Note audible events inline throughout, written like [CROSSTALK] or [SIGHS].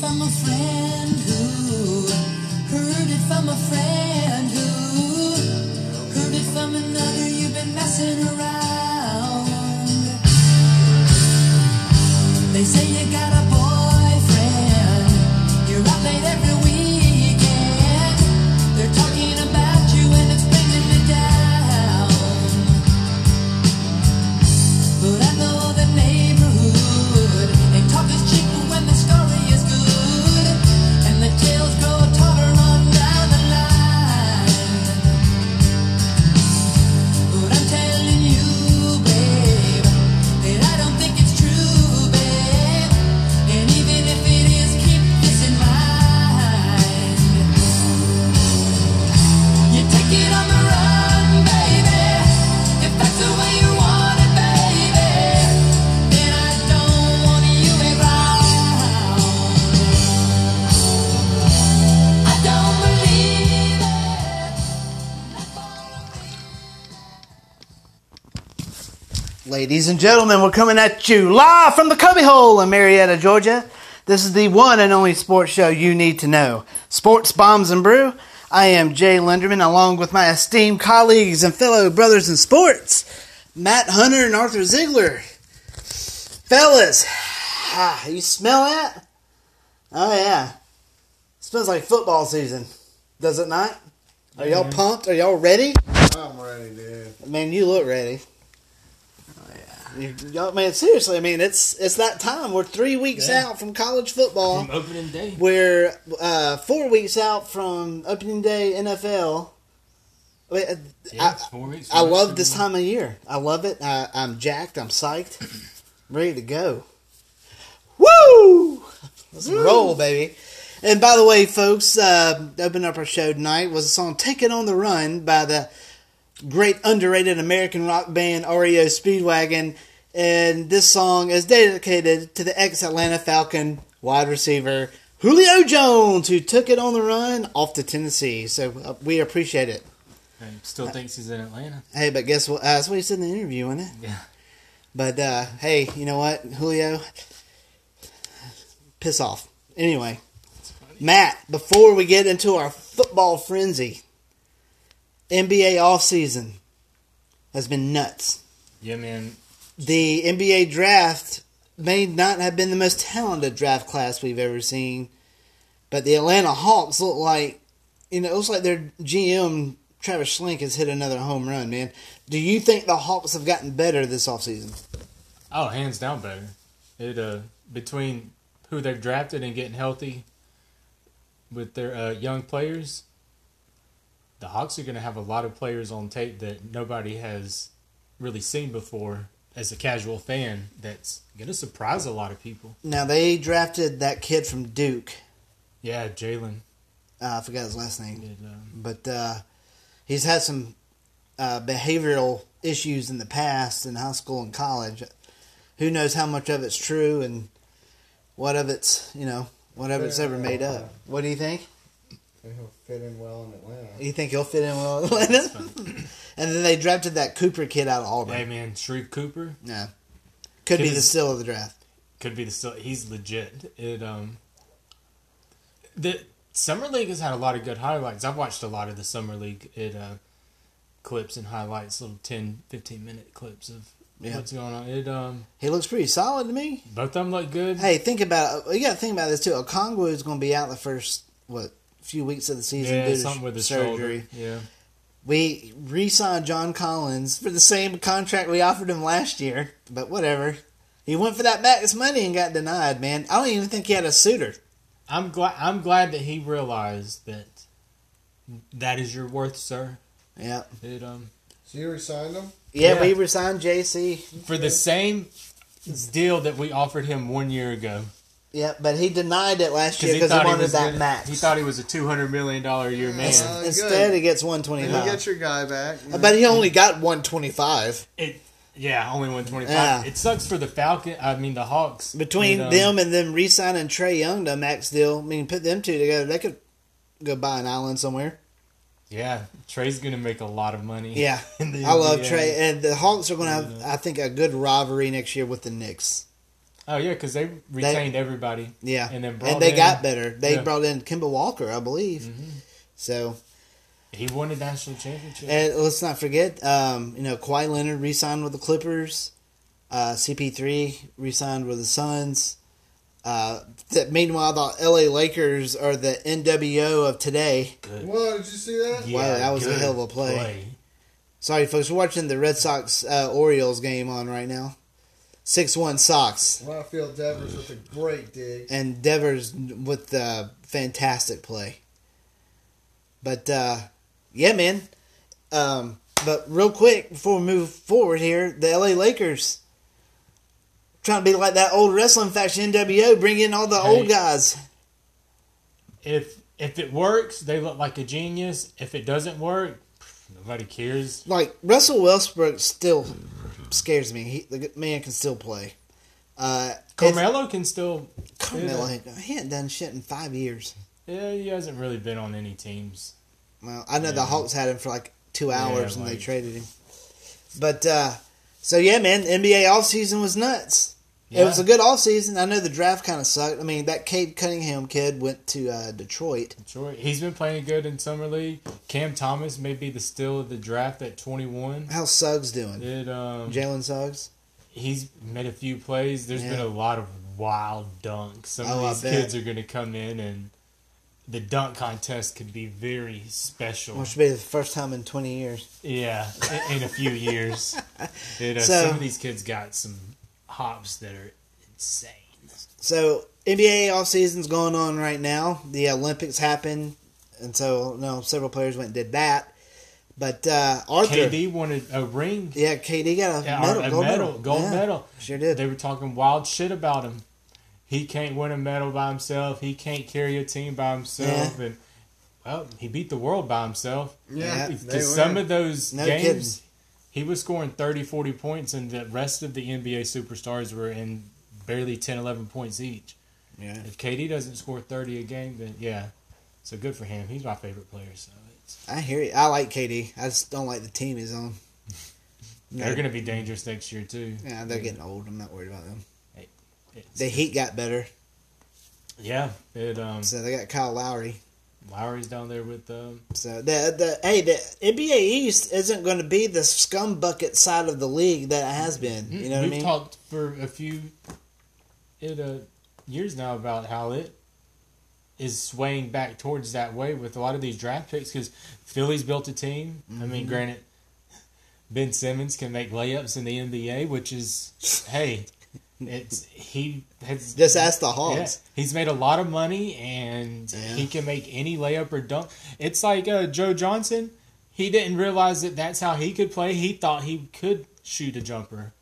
from a friend who heard it from a friend who heard it from another. You've been messing around. They say you got a boyfriend. You're out late every weekend. They're talking about you and it's bringing me down. But I know the neighborhood. They talk is cheaper when the story is good. And the tales grow taller on down the line. But I'm telling you, babe, that I don't think it's true, babe. And even if it is, keep this in mind. You take it on the run, baby. If that's the way you want it, baby, then I don't want you around. I don't believe Ladies and gentlemen, we're coming at you live from the Cubbyhole in Marietta, Georgia. This is the one and only sports show you need to know Sports Bombs and Brew. I am Jay Linderman, along with my esteemed colleagues and fellow brothers in sports, Matt Hunter and Arthur Ziegler. Fellas, [SIGHS] ah, you smell that? Oh, yeah. smells like football season, does it not? Are y'all pumped? Are y'all ready? I'm ready, dude. Man, you look ready. Oh yeah. You, y'all- man, seriously, I mean, it's it's that time. We're three weeks Yeah. out from college football. From opening day. We're uh, four weeks out from opening day NFL. I mean, uh, Yeah, it's four weeks. I, I love this time of year. I love it. I, I'm jacked. I'm psyched. [CLEARS THROAT] I'm ready to go. Woo! Let's roll, baby. And by the way, folks, uh, opening up our show tonight was a song "Take It on the Run" by the great underrated American rock band REO Speedwagon. And this song is dedicated to the ex Atlanta Falcon wide receiver Julio Jones, who took it on the run off to Tennessee. So uh, we appreciate it. And still thinks he's in Atlanta. Hey, but guess what? Uh, that's what he said in the interview, wasn't it? Yeah. But uh, hey, you know what, Julio? Piss off. Anyway, Matt, before we get into our football frenzy, NBA offseason has been nuts. Yeah, man. The NBA draft may not have been the most talented draft class we've ever seen, but the Atlanta Hawks look like, you know, it looks like their GM, Travis Schlink, has hit another home run, man. Do you think the Hawks have gotten better this offseason? Oh, hands down better. It uh between who they've drafted and getting healthy with their uh, young players, the Hawks are gonna have a lot of players on tape that nobody has really seen before as a casual fan that's gonna surprise a lot of people. Now they drafted that kid from Duke. Yeah, Jalen Uh, I forgot his last name, did um, but uh, he's had some uh, behavioral issues in the past in high school and college. Who knows how much of it's true and what of it's you know what of it's ever made up? What do you think? And he'll fit in well in Atlanta. You think he'll fit in well? with Atlanta? [LAUGHS] and then they drafted that Cooper kid out of Hey Auburn. man, Shreve Cooper No, could be Kid the is- steal of the draft. could be the still he's legit. It um the summer league has had a lot of good highlights. I've watched a lot of the summer league it uh clips and highlights, little 10 15 minute clips of Yeah. what's going on. It um He looks pretty solid to me. both of them look good. Hey, think about you got to think about this too. Okongwu is going to be out the first what few weeks of the season yeah, due to something with his surgery. surgery. Yeah. We re-signed John Collins for the same contract we offered him last year, but whatever. He went for that max money and got denied. Man, I don't even think he had a suitor. I'm glad I'm glad that he realized that that is your worth, sir. Yeah, It um So you resigned him? yeah. Yeah. We resigned JC. for the same deal that we offered him 1 year ago. Yeah, but he denied it last year Because because he, he, thought he wanted was that gonna- max. He thought he was a two hundred million dollar a year man. Uh, good. Instead, he gets one And twenty-five. you get your guy back. you know. but he only got one twenty-five. It yeah, only one twenty five. Yeah. It sucks for the Falcon. I mean the Hawks. between you know. them and them re-signing Trey Young to a max deal. I mean, put them two together, they could go buy an island somewhere. Yeah, Trey's gonna make a lot of money. Yeah, [LAUGHS] in the I love NBA. Trey, and the Hawks are going to have, I think, a good rivalry next year with the Knicks. Oh yeah, because they retained everybody. Yeah, And then brought and they in- got better. They yeah. Mm-hmm. brought in Kimba Walker, I believe. So He won a national championship. and let's not forget, um, you know, Kawhi Leonard re-signed with the Clippers. Uh, CP3 re-signed with the Suns. Uh, that meanwhile, the LA Lakers are the NWO of today. Good. Whoa, did you see that? Wow, that was a good hell of a play. Sorry, folks, we're watching the Red Sox uh, Orioles game on right now. Six one Sox Well, I feel Devers with a great dig. and Devers with the fantastic play. But uh, yeah, man. Um, but real quick before we move forward here, the LA Lakers trying to be like that old wrestling faction NWO, bring in all the Hey. old guys. If if it works, they look like a genius. If it doesn't work, nobody cares. like Russell Westbrook still scares me. He, the man can still play. Uh, it's- Carmelo can still. Carmelo, ain't- he ain't done shit in five years. Yeah, he hasn't really been on any teams. Well, I know the Yeah. Hawks had him for like two hours and they like- traded him. But uh, so yeah, man, NBA offseason was nuts. It was Yeah. a good offseason. I know the draft kind of sucked. I mean, that Cade Cunningham kid went to uh, Detroit. Sure, he's been playing good in summer league. Cam Thomas may be the steal of the draft at twenty one. How's Suggs doing? It um, Jalen Suggs. he's made a few plays. There's Yeah. been a lot of wild dunks. Some Oh, I of these bet. kids are going to come in, and the dunk contest could be very special. Which should be the first time in twenty years. yeah, in, in a [LAUGHS] few years. It, uh, So- some of these kids got some hops that are insane. So NBA off season's going on right now. The Olympics happened, and so you know, several players went and did that. But uh, Arthur, KD wanted a ring, yeah, KD got a yeah, medal, or a gold medal, medal, gold Yeah, medal. Sure did. They were talking wild shit about him. He can't win a medal by himself. He can't carry a team by himself. And well, he beat the world by himself. Yeah, they Because some were. of those No games, he was scoring 30, 40 points, and the rest of the NBA superstars were in barely 10, 11 points each. yeah. If KD doesn't score 30 a game, then yeah. So good for him. He's my favorite player. So it's, I hear you. I like KD. I just don't like the team he's on. No. [LAUGHS] they're going to be dangerous next year, too. Yeah, they're getting old. I'm not worried about them. It's- The Heat got better, yeah. It, um, so they got Kyle Lowry. Lowry's down there with um, So the the hey the NBA East isn't going to be the scum bucket side of the league that it has been. You know what I Mm-hmm. We've mean? talked for a few it, uh, years now about how it is swaying back towards that way with a lot of these draft picks because Philly's built a team. I mean, Mm-hmm. granted, Ben Simmons can make layups in the NBA, which is [LAUGHS] hey, it's he has Just ask the yeah, Hawks. he's made a lot of money and Yeah. he can make any layup or dunk. It's like uh, Joe Johnson. He didn't realize that that's how he could play. He thought he could shoot a jumper.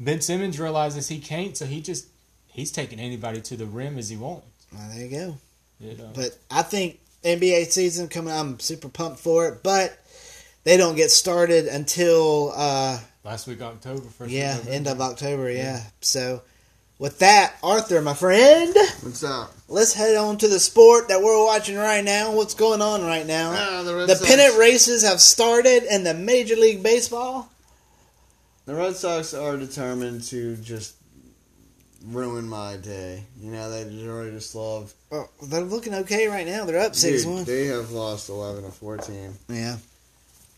Ben Simmons realizes he can't, so he just he's taking anybody to the rim as he wants. Well, there you go. You know? But I think NBA season coming. I'm super pumped for it, but they don't get started until uh, Last week, October first. week yeah, November. end of October. Yeah. So with that, Arthur, my friend, What's up? let's head on to the sport that we're watching right now. What's going on right now? Ah, the Red the Sox. pennant races have started in the Major League Baseball. The Red Sox are determined to just ruin my day. You know, they really just love. Oh, they're looking okay right now. They're up six Dude, one. they have lost 11 to 14. Yeah.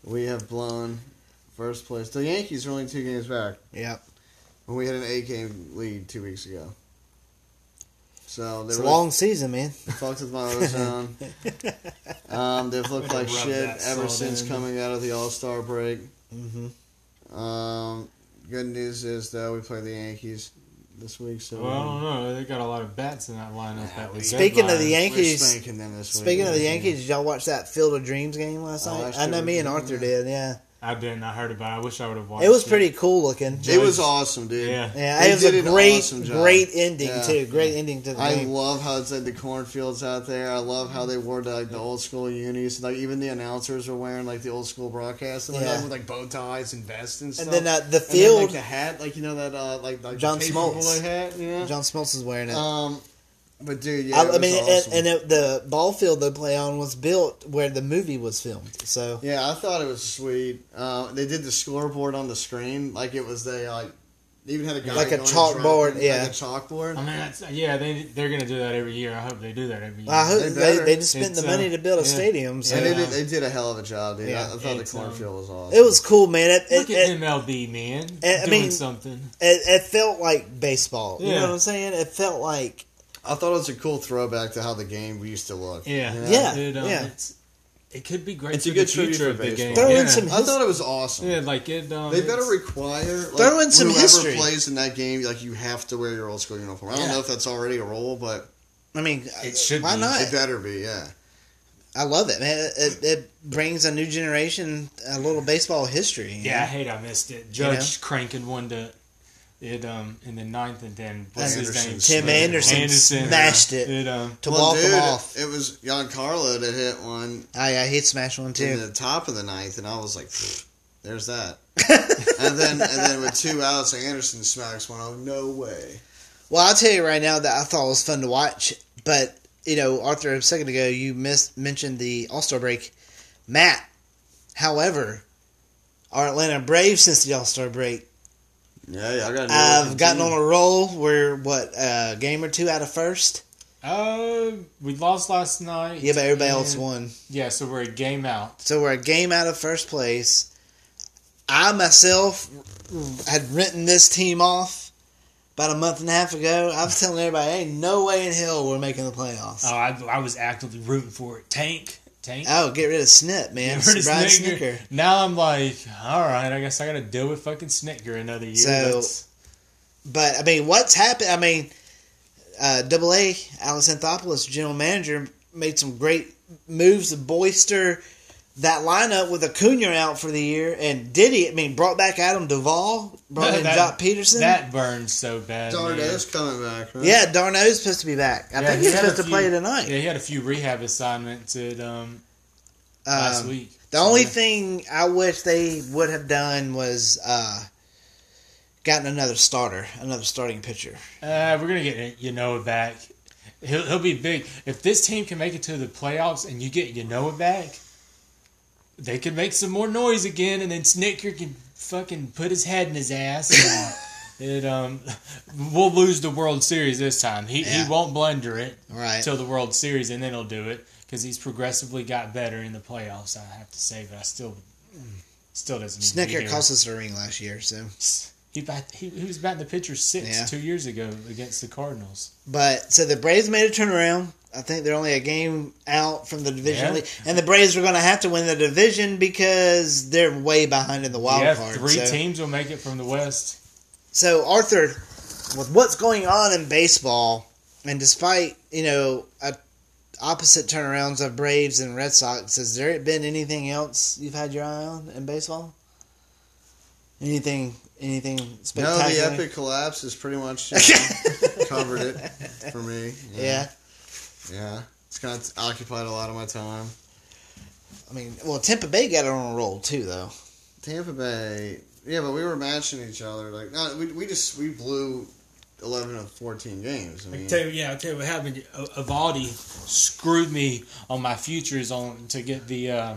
We have blown first place. The Yankees are only two games back. Yeah. When we had an eight game lead two weeks ago. So they It's a really long season, man. fucked with my zone. um, they've looked Way to like rub shit that ever salt since in. coming out of the All Star break. Mm-hmm. Um, good news is though we play the Yankees this week, so um, Well, I don't know. They got a lot of bats in that lineup. That was Speaking of the deadline. Yankees, We're spanking them this week. Speaking of the Yankees, did y'all watch that Field of Dreams game last Oh, night? that's I know true. me and Arthur did. Yeah, I didn't. I heard about. it. I wish I would have watched. it was pretty cool looking. it was awesome, dude. Yeah. Yeah, They it was a did an great, awesome job. great ending Yeah. too. Great ending to the I game. love how it's like the cornfields out there. I love how they wore the, like the old school unis. Like even the announcers were wearing like the old school broadcast, and like, Yeah. with like bow ties and vests and stuff. And then uh, the And then, field, like the hat, like you know that uh, like, like John the paper Smoltz. boy hat, you know. John Smoltz is wearing it. Um, but dude, yeah, Uh, I, it I was mean, awesome. and, and it, the ball field they play on was built where the movie was filmed. So yeah, I thought it was sweet. Uh, they did the scoreboard on the screen, like it was they like They even had a guy Like a on the chalkboard, track, yeah. like a chalkboard. I mean, that's, yeah, they they're gonna do that every year. I hope they do that every year. I hope They they, better. they just spent It's, the uh, money to build a yeah. stadium. So And they Yeah. did, they did a hell of a job, dude. Yeah. I, I thought the It's, um, cornfield was awesome. it was cool, man. It Look it, at it, MLB, man, I doing mean- something. it, it felt like baseball. You Yeah. know what I'm saying? It felt like I thought it was a cool throwback to how the game used to look. Yeah, you know? Yeah, It, um, yeah. It's, it could be great. It's for a good the tribute future for of the game. baseball. Throw in yeah. some- I thought it was awesome. yeah, like it. Um, They better it's- require like, Throw in some whoever history. plays in that game, like you have to wear your old school uniform. I don't Yeah. know if that's already a rule, but I mean, It should why be. not? it better be. Yeah, I love it, man. It, it brings a new generation a little baseball history. you Yeah, I know? hate I missed it. Judge cranking one to it um in the ninth and then what's his Anderson name? uh, Tim Smith. Anderson, smashed it It um to well, walk dude, them off. it was Giancarlo that hit one Oh, yeah, he'd smash one too. in the top of the ninth, and I was like, "Pfft, "There's that." [LAUGHS] and then and then with two outs, Anderson smacks one. Oh no way! Well, I'll tell you right now that I thought it was fun to watch, but you know, Arthur, a second ago you missed mentioned the All Star break, Matt. However, our Atlanta Braves since the All Star break, Yeah, yeah I got. I've gotten on a roll. We're what a game or two out of first. uh we lost last night. Yeah, but everybody else and- won, Yeah, so we're a game out. so we're a game out of first place. I myself had written this team off about a month and a half ago. I was telling everybody, "Ain't no way in hell we're making the playoffs." Oh, I, I was actively rooting for it. Tank, tank. Oh, get rid of Snip, man. Get rid of Brian Snicker. Snicker. Now I'm like, all right, I guess I gotta deal with fucking Snicker another year. So- That's- But I mean, what's happened? I mean, uh, Double A Alex Anthopoulos, general manager, made some great moves to bolster that lineup with Acuna out for the year, and Diddy. I mean, brought back Adam Duvall, [LAUGHS] brought in That- Jock Peterson. that burns so bad. man. Darno's coming back. Right? yeah, Darno's supposed to be back. I Yeah, think he he's had a supposed to few- play tonight. Yeah, he had a few rehab assignments at um, last Um, week. The only Yeah. thing I wish they would have done was uh, gotten another starter, another starting pitcher. Uh, we're gonna get Yanoa back. He'll he'll be big. If this team can make it to the playoffs and you get Yanoa back, they could make some more noise again, and then Snicker can fucking put his head in his ass. [LAUGHS] And, it um, we'll lose the World Series this time. He Yeah. he won't blunder it Right. till the World Series, and then he'll do it because he's progressively got better in the playoffs. I have to say, but I still still doesn't. Need to be Snicker there. cost us a ring last year, so. He, bat, he, he was batting the pitcher six Yeah. two years ago against the Cardinals. But so the Braves made a turnaround. I think they're only a game out from the division Yeah. lead, and the Braves are going to have to win the division because they're way behind in the wild yeah, card. three so. teams will make it from the West. so Arthur, with what's going on in baseball, and despite you know a, opposite turnarounds of Braves and Red Sox, has there been anything else you've had your eye on in baseball? Anything? Anything No, spectacular? the epic collapse is pretty much you [LAUGHS] know, covered it for me. Yeah. yeah. It's kind of occupied a lot of my time. I mean, well, Tampa Bay got on a roll too, though. Tampa Bay. Yeah, but we were matching each other. Like, no, we, we just we blew eleven of fourteen games. I I mean, tell you, yeah, I tell you what happened. I- Ivaldi screwed me on my futures on to get the uh,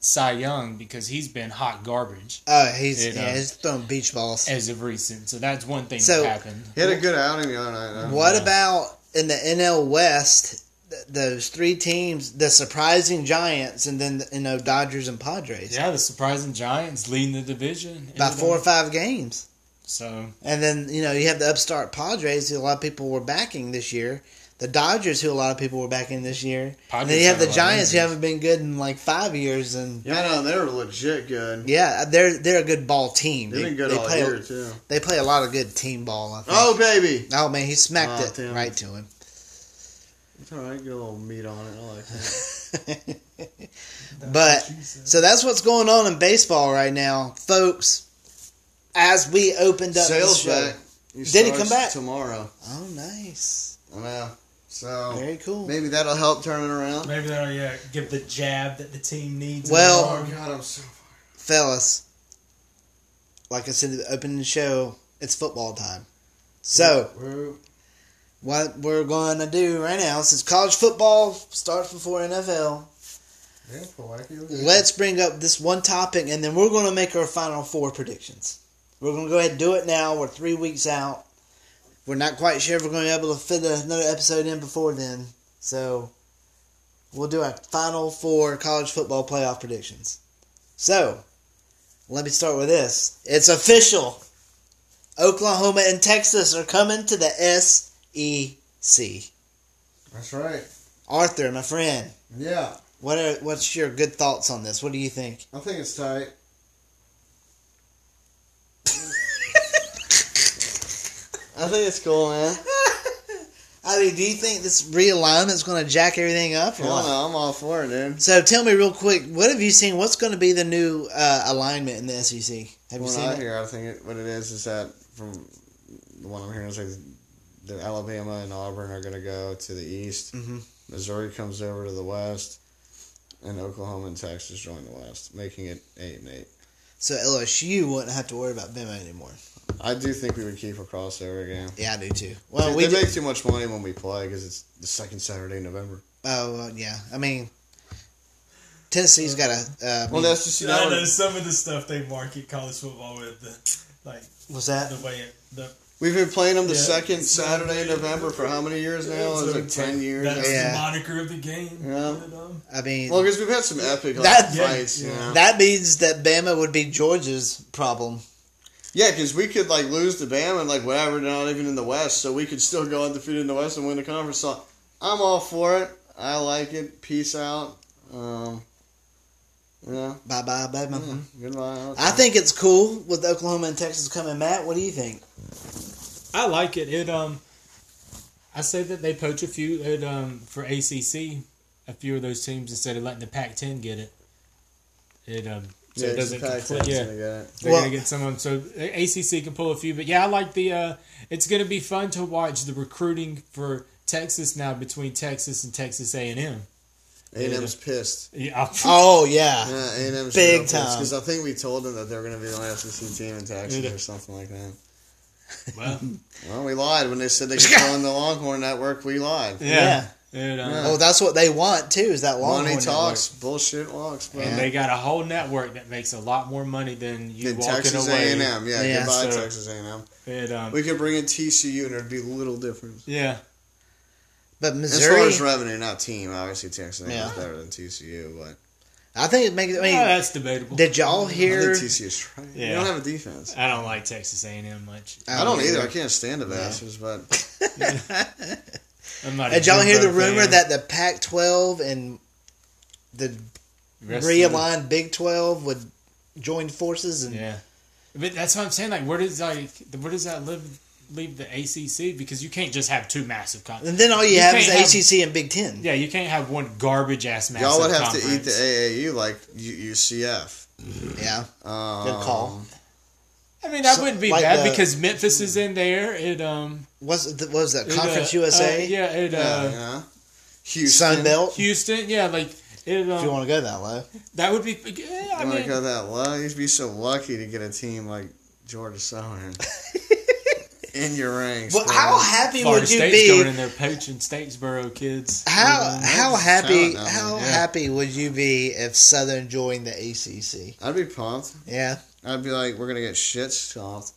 Cy Young because he's been hot garbage Oh, he's It, yeah, uh, he's throwing beach balls. as of recent. So that's one thing So- that happened. he had a good outing the other night. though. What yeah. about in the NL West? th- Those three teams, the surprising Giants, and then you know Dodgers and Padres Yeah, the surprising Giants leading the division by You know, four or five games, So and then you know you have the upstart Padres, who a lot of people were backing this year. The Dodgers, who a lot of people were backing this year, and then you have the Giants, who haven't been good in like five years, and Yeah, no, they were legit good. yeah, they're they're a good ball team. They've been good all play year too. they play a lot of good team ball. I think. Oh baby, Oh, man, he smacked Oh, it damn. right to him. [LAUGHS] it's all right. Get a little meat on it. I like that. But so that's what's going on in baseball right now, folks. As we opened up the Sales show, back. He Did he starts come back? tomorrow? oh nice, Yeah. So very cool. maybe that'll help turn it around. maybe that'll yeah give the jab that the team needs. Well- Oh God, I'm so. fellas, like I said, at the opening the show, it's football time. So We're- what we're going to do right now, since college football starts before NFL, yeah, Kawhi, you look good. let's bring up this one topic, and then we're going to make our final four predictions. We're going to go ahead and do it now. We're three weeks out. We're not quite sure if we're going to be able to fit another episode in before then. So we'll do our final four college football playoff predictions. So let me start with this. It's official. Oklahoma and Texas are coming to the SEC. That's right. Arthur, my friend, Yeah, what are what's your good thoughts on this? What do you think? I think it's tight. [LAUGHS] I think it's cool, man. I mean, do you think this realignment's going to jack everything up? Or Hell what? no, I'm all for it, dude. So tell me real quick, what have you seen? What's going to be the new uh, alignment in the SEC? Have you What seen I it? hear, I think it, what it is is that from the one I'm hearing is like that Alabama and Auburn are going to go to the east. Mhm. Missouri comes over to the west, and Oklahoma and Texas join the west, making it eight and eight. So LSU wouldn't have to worry about Bama anymore. I do think we would keep a crossover game. Yeah, I do too. Well, Dude, we they do, make too much money when we play because it's the second Saturday in November. oh well, yeah. I mean, Tennessee's got a uh, Well, that's just you I know know, some of the stuff they market college football with, the, like what's that? the way it, the we've been playing them the Yeah. second Saturday in November for how many years now? It's like ten years. That's Yeah. the moniker of the game. Yeah. you know? I mean, Well, because we've had some epic like, That- Yeah, fights, you yeah. know. that means that Bama would be Georgia's problem. Yeah, because we could like lose to Bama and like whatever, not even in the West, so we could still go undefeated in the West and win the conference. So I'm all for it. I like it. Peace out. Um, yeah, Bye bye, Bama. yeah. Goodbye. I think it's cool with Oklahoma and Texas coming. Matt, what do you think? I like it. It um, I say that they poach a few it um for ACC, a few of those teams instead of letting the Pac-10 get it. It um, so yeah, it it's the doesn't Pac-10's conflict. Yeah, gonna get it. they're Well- gonna get some of them. So uh, ACC can pull a few, but yeah, I like the. uh It's gonna be fun to watch the recruiting for Texas now between Texas and Texas A and M. A&M's pissed. Yeah, [LAUGHS] I'll- Oh yeah, Yeah, A&M's Big time. Because I think we told them that they were going to be the last SEC team in Texas or something like that. well, Well, we lied when they said they could go on the Longhorn Network. We lied. yeah. It, um, [LAUGHS] Yeah. Oh, that's what they want too. Is that long Money talks, bullshit walks, bro. And they got a whole network that makes a lot more money than you In walking Texas away. A&M, yeah, Yeah. goodbye So- Texas A&M. It, um, We could bring in TCU and it'd be little difference. yeah, But As Missouri, far as revenue, not team. Obviously, Texas A&M Yeah. is better than TCU, but I think it makes. I mean, Ah, that's debatable. did y'all I hear? think TCU is right. You Yeah. don't have a defense. I don't like Texas A&M much. I don't either. I can't stand the bastards, but [LAUGHS] I'm not a Did y'all hear the Jimbo rumor fan. that the Pac-12 and the Rest of the- realigned Big 12 would join forces? And Yeah, but that's what I'm saying. Like, where does like where does that live leave the ACC? Because you can't just have two massive and conferences. then all you, You have can't is the ACC have- and Big Ten. Yeah, you can't have one garbage ass massive. y'all would have conference. to eat the AAU like U- UCF. Yeah, Um, good call. I mean, that So, wouldn't be like bad the- because Memphis is in there. It um What's the, what was that it, uh, Conference uh, USA? yeah, it uh, Yeah, yeah. Houston. Sun Belt. Houston. Yeah, like it. If you Um, want to go that low, that would be. Yeah, I I want to mean, go that low. You'd be so lucky to get a team like [LAUGHS] Georgia Southern in your ranks. well, bro. how happy Florida would you State's be? going in there poaching Statesboro kids. Mm, How how happy talent down there, how yeah. happy would you be if Southern joined the ACC? I'd be pumped. Yeah, I'd be like, we're gonna get shit stomped,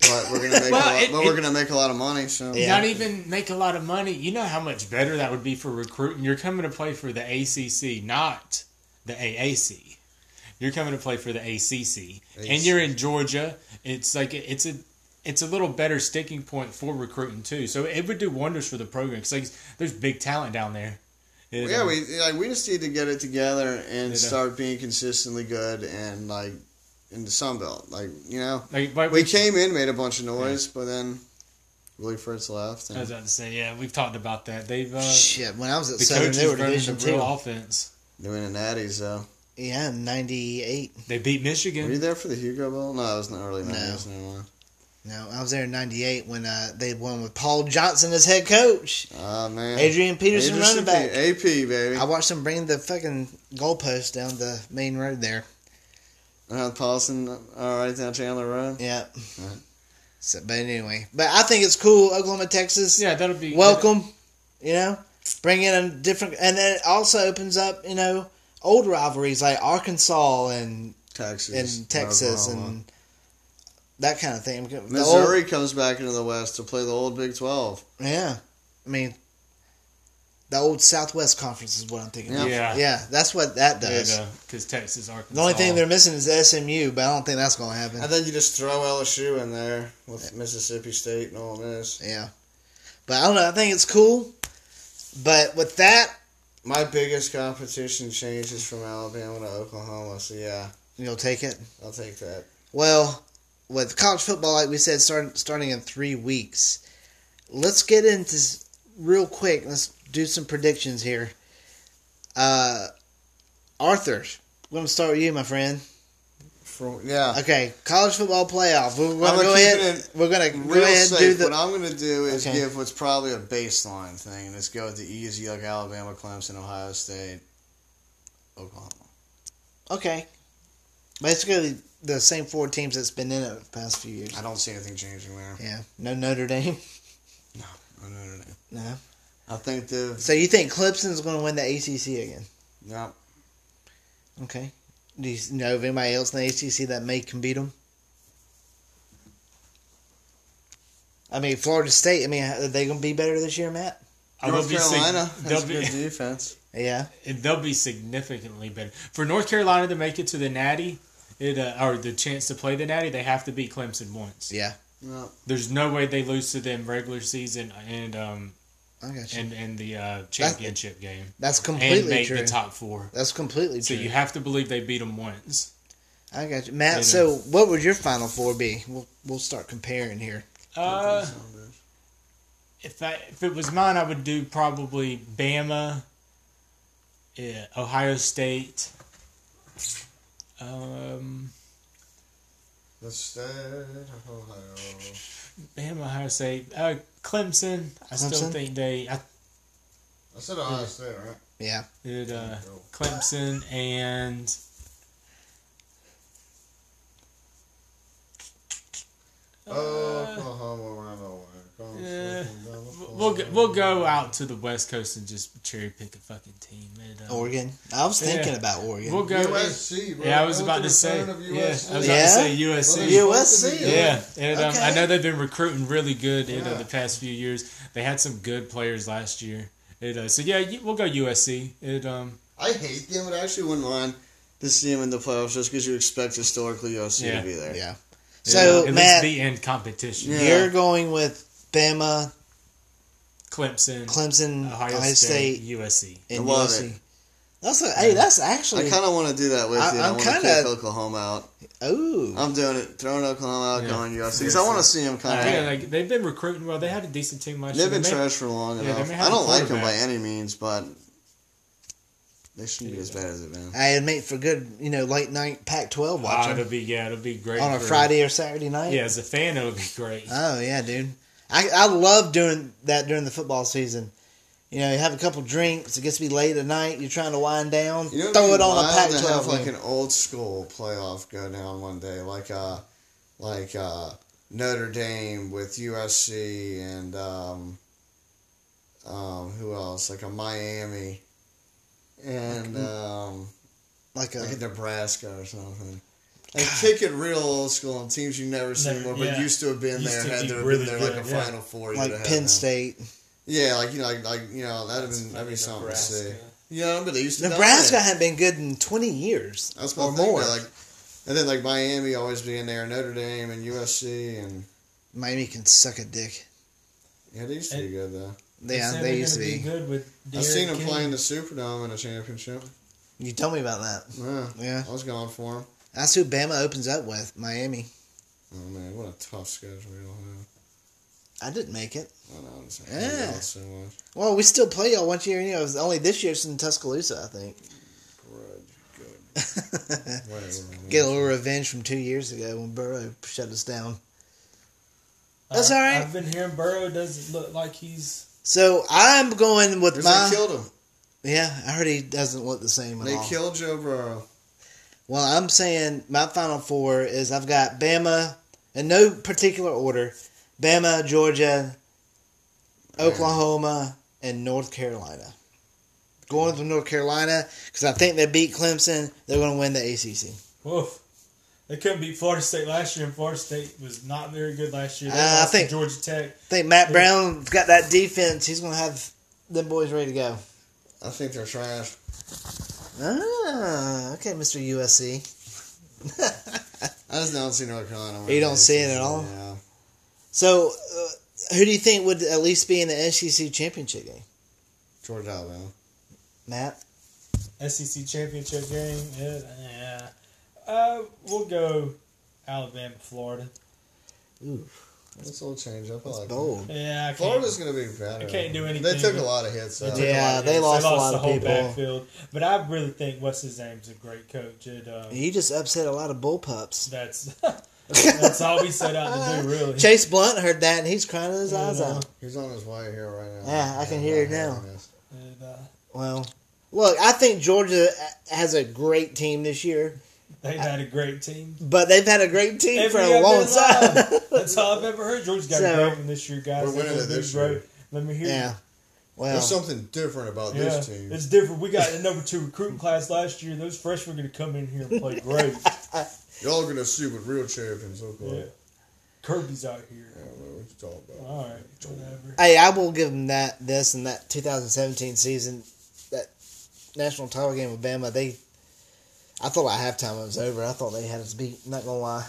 but we're gonna Well, make a lot, it- but we're it- gonna make a lot of money. So Yeah. Not even make a lot of money. You know how much better that would be for recruiting. You're coming to play for the ACC, not the AAC. You're coming to play for the ACC, and you're in Georgia. It's like it's a it's a little better sticking point for recruiting too. So it would do wonders for the program because like there's big talent down there. It, yeah, um, we like we just need to get it together and Yeah. start being consistently good and like in the Sun Belt. Like you know, like but we came in made a bunch of noise, but then Willie Fritz left. I was And about to say yeah, we've talked about that. They've uh, shit. When I was at the Southern, coaches they were running the Division real two. offense. they went in Natty's though. Yeah, ninety eight. They beat Were you Michigan. there for the Hugo Bowl? No, it was not early No. nineties. No. more. No, I was there in '98 when uh, they won with Paul Johnson as head coach. Ah man, Adrian Peterson, running back. Pe- AP baby. I watched them bring the fucking goalpost down the main road there. Uh, Paulson, all right down Chandler Road. Yeah. Right. So, but anyway, but I think it's cool, Oklahoma, Texas. Yeah, that'll be Welcome. You know, bring in a different, and then it also opens up, you know, old rivalries like Arkansas and Texas and Texas Oklahoma. and that kind of thing. The old- Missouri comes back into the West to play the old Big Twelve. yeah, I mean, the old Southwest Conference is what I'm thinking. Yeah. of. Yeah. yeah, that's what that does. Oh. Because Texas, Arkansas. The only thing they're missing is SMU, but I don't think that's going to happen. And then you just throw LSU in there with Mississippi State and all this. Yeah, but I don't know. I think it's cool. But with that, My biggest competition changes from Alabama to Oklahoma. So yeah, you'll take it. I'll take that. Well, with college football, like we said, start, starting in three weeks. Let's get into s- real quick. Let's do some predictions here. Uh, Arthur, I'm going to start with you, my friend. From yeah, Okay, college football playoff. We're I'm going to gonna go keep ahead. it We're going to go real ahead and do safe. what the. I'm gonna do is Okay. give what's probably a baseline thing, and just go with the easy like Alabama, Clemson, Ohio State, Oklahoma. Okay, basically the same four teams that's been in it the past few years. I don't see anything changing there. Yeah, no Notre Dame. [LAUGHS] No, no, no, no. No. I think the So you think Clemson's going to win the ACC again? no. Okay. Do you know of anybody else in the ACC that may can beat them? I mean, Florida State. I mean, are they going to be better this year, Matt? I will North be sig- Carolina has they'll [LAUGHS] good be, defense. Yeah. they'll be significantly better for North Carolina to make it to the Natty. It, uh, or the chance to play the Natty, they have to beat Clemson once. Yeah. No, There's no way they lose to them regular season and um I got you. and, and the uh, championship game That's and completely make true. the top four. That's completely So true. you have to believe they beat them once. I got you, Matt. It So, what would your final four be? We'll we'll start comparing here. Uh, if I if it was mine, I would do probably Bama, yeah, Ohio State. Um, the state of Ohio. Bama, Ohio State, uh, Clemson. I still Clemson? think they. I uh, I said Ohio State, right? Yeah. did uh, Clemson and Oklahoma ran away. Comes Uh, Yeah. slipping down the we'll go, floor. we'll go out to the West Coast and just cherry pick a fucking team. It, uh, Oregon. I was thinking Yeah. about Oregon. We'll go. USC. bro. yeah, I was Look about at to the say. Yeah, I return of was USC. about Yeah. to say USC. Well, USC. Yeah, and um, I Okay. know they've been recruiting really good you know, Yeah. the past few years. They had some good players last year. It, uh, so yeah, you- we'll go USC. It um I hate them. It actually wouldn't mind to see them in the playoffs just because you expect historically USC Yeah. to be there. Yeah. so So, uh, at least Matt, the end competition. Yeah. you're going with Bama, Clemson, Clemson, Ohio, State, USC. and I love USC. it. That's a, hey. That's I actually kind of want to do that with I- you. I I'm want to kinda- kick Oklahoma out. oh I'm doing it. Throwing Oklahoma out, Yeah. going USC. Because I want to see them kind of. Yeah, like they've been recruiting well. They had a decent team last They've year. been They may- trash for long yeah, they enough. may I have don't a like them by quarterback. any means, but they shouldn't be as bad as they've been. I admit for good, you know, late night Pac-12 Ah, watching it'll be yeah, it'll be great on a for- Friday or Saturday night. Yeah, as a fan, it'll be great. Oh yeah, dude. I I love doing that during the football season. You know, you have a couple drinks. It gets to be late at night. You're trying to wind down. You know, it'd throw be it on a wild to Pac-12 have like game. an old school playoff go down one day, like uh, like uh, Notre Dame with USC and um, um, who else? Like a Miami and um, like a like a Nebraska or something. And kick it real old school on teams you never seen Never- before, but yeah. used to have been Used there to had be there have really been there like good, a yeah. Final Four. you'd have like had Penn them. State, Yeah, like you know, like, like you know, that'd have been that'd be something to see. Yeah, but they used to Nebraska dominate. hadn't been good in 20 years That's my or thing, more. though, Like, and then like Miami always being there, Notre Dame and USC, and Miami can suck a dick. yeah, they used to be good though. They uh, they used to be. good with. I've seen them play in the Superdome in a championship. You told me about that. Yeah, Yeah, I was going for them. that's who Bama opens up with. Miami. Oh man, what a tough schedule we all have. I didn't make it. I don't know, I'm just Yeah. yeah. so much. Well, we still play y'all once a year. You know, it was only this year's in Tuscaloosa, I think. [LAUGHS] Good, good. Whatever. Get a little revenge from two years ago when Burrow shut us down. That's all right. Uh, been hearing Burrow doesn't look like he's. So I'm going with Because my. They killed him. yeah, I heard he doesn't look the same at They all. killed Joe Burrow. well, I'm saying my final four is I've got Bama in no particular order: Bama, Georgia, Oklahoma, and North Carolina. Going with North Carolina because I think they beat Clemson. They're going to win the ACC. Woof. They couldn't beat Florida State last year, and Florida State was not very good last year. They Uh, I lost to think- Georgia Tech. I think Matt Brown's got that defense. He's going to have them boys ready to go. I think they're trash. Ah, okay, Mr. [LAUGHS] USC. I just don't see North Carolina. You don't winning see this it at season, all? Yeah. So, uh, who do you think would at least be in the SEC championship game? Georgia, Alabama. Matt? SEC E championship game. Yeah, yeah. Uh, we'll go Alabama, Florida. Ooh, That's a little change up. I that's like it. bold. Yeah, I can't- Florida's going to be better. I can't do anything. They took a lot of hits. They Out. took a lot of Yeah, hits. they lost a lot the of whole people. backfield. But I really think what's his name's a great coach. It, uh, You just upset a lot of bullpups. that's [LAUGHS] that's all we set out to do, really. Chase Blunt heard that and he's crying his eyes Yeah. out. He's on his way here right now. Yeah, I can I'm hear it not now. having this. And, uh, Well, look, I think Georgia has a great team this year, they've had a great team. but they've had a great team Every for a other long time. [LAUGHS] line. [LAUGHS] That's all I've ever heard. George's got So- a great one this year, guys. We're That's winning what it we this wrote. year. Let me hear. yeah. Well, There's something different about Yeah, this team. it's different. We got a number two recruiting class last year. Those freshmen are going to come in here and play [LAUGHS] great. Y'all going to see what real champions look like. yeah. Kirby's out here. I don't know what you're talking about. All right, whatever. hey, I will give them that. This and that 2017 season, that national title game with Bama, they. I thought at halftime it was over. I thought they had us beat. Not gonna lie,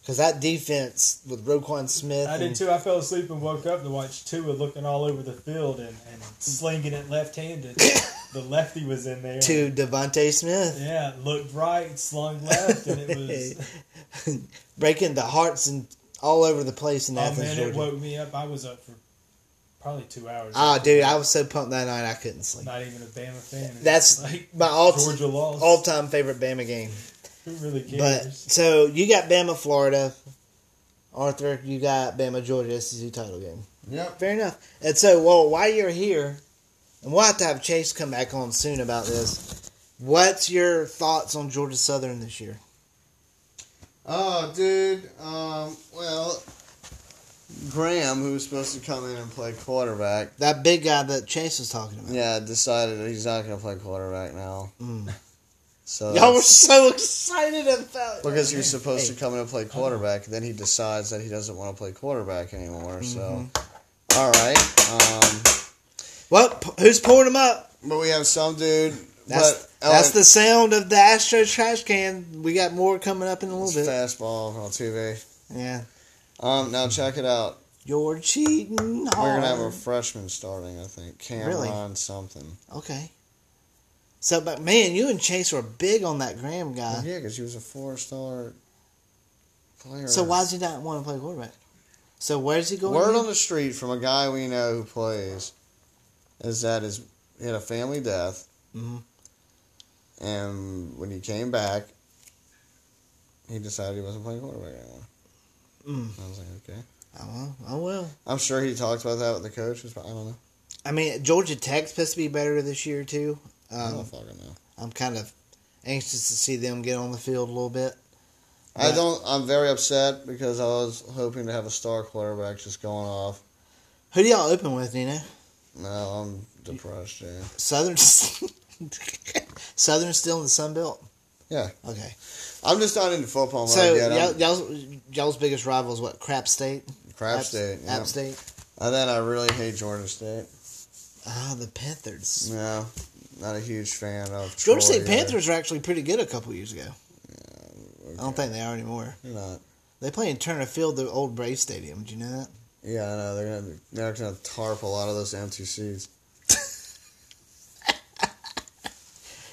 because that defense with Roquan Smith. I did and- too. I fell asleep and woke up to watch Tua looking all over the field and, and slinging [COUGHS] it left-handed. the lefty was in there. To Devonte Smith, Yeah, looked right, slung left, and it [LAUGHS] was. breaking the hearts and all over the place in oh Athens, man, it Georgia. woke me up. I was up for probably two hours. Ah, dude, I was so pumped that night I couldn't sleep. Not even a Bama fan. It's That's like my all Georgia lost. all time favorite Bama game. Who really But cares? so you got Bama, Florida. Arthur, you got Bama, Georgia SEC title game. Yep. Fair enough. And so, well, while you're here, and we'll have to have Chase come back on soon about this. What's your thoughts on Georgia Southern this year? Oh, dude. Um, well, Graham, who was supposed to come in and play quarterback, That big guy that Chase was talking about. yeah, decided that he's not going to play quarterback now. Mm. [LAUGHS] So Y'all were that's- so excited about because you're supposed Hey. to come in and play quarterback, and then he decides that he doesn't want to play quarterback anymore. So, Mm-hmm. all right. Um, Well, p- who's pouring them up? but we have some dude. That's but that's the sound of the Astro trash can. We got more coming up in a It's little bit. fastball on TV. Yeah, Um, now check it out. you're cheating We're gonna have a hard. freshman starting, I think. Cameron Oh. Really? something. Okay. So, but man, you and Chase were big on that Graham guy. yeah, because he was a four-star player. So why does he not want to play quarterback? So where's he going? Word again? on the street from a guy we know who plays is that his he had a family death, Mhm. and when he came back, he decided he wasn't playing quarterback anymore. Mm. I was like, okay. Oh, well, oh well. I'm sure he talked about that with the coach. but I don't know. I mean, Georgia Tech's supposed to be better this year too. I don't Um, fucking know. I'm kind of anxious to see them get on the field a little bit. I But- don't. I'm very upset because I was hoping to have a star quarterback just going off. Who do y'all open with, Nina? No, I'm depressed, Jay. Southern. [LAUGHS] Southern still in the Sun Belt. Yeah. Okay. I'm just not into football mode So yet. y'all, I'm y'all's, y'all's biggest rival is what? Crap State. crap App- state. Yeah. App State. And then I really hate Georgia State. Ah, the Panthers. No, not a huge fan of Georgia Troy State either. Panthers were actually pretty good a couple years ago. I don't Okay. think they are anymore. They're not. They play in Turner Field, the old Brave Stadium. Do you know that? Yeah, I know they're gonna they're gonna tarp a lot of those empty seats.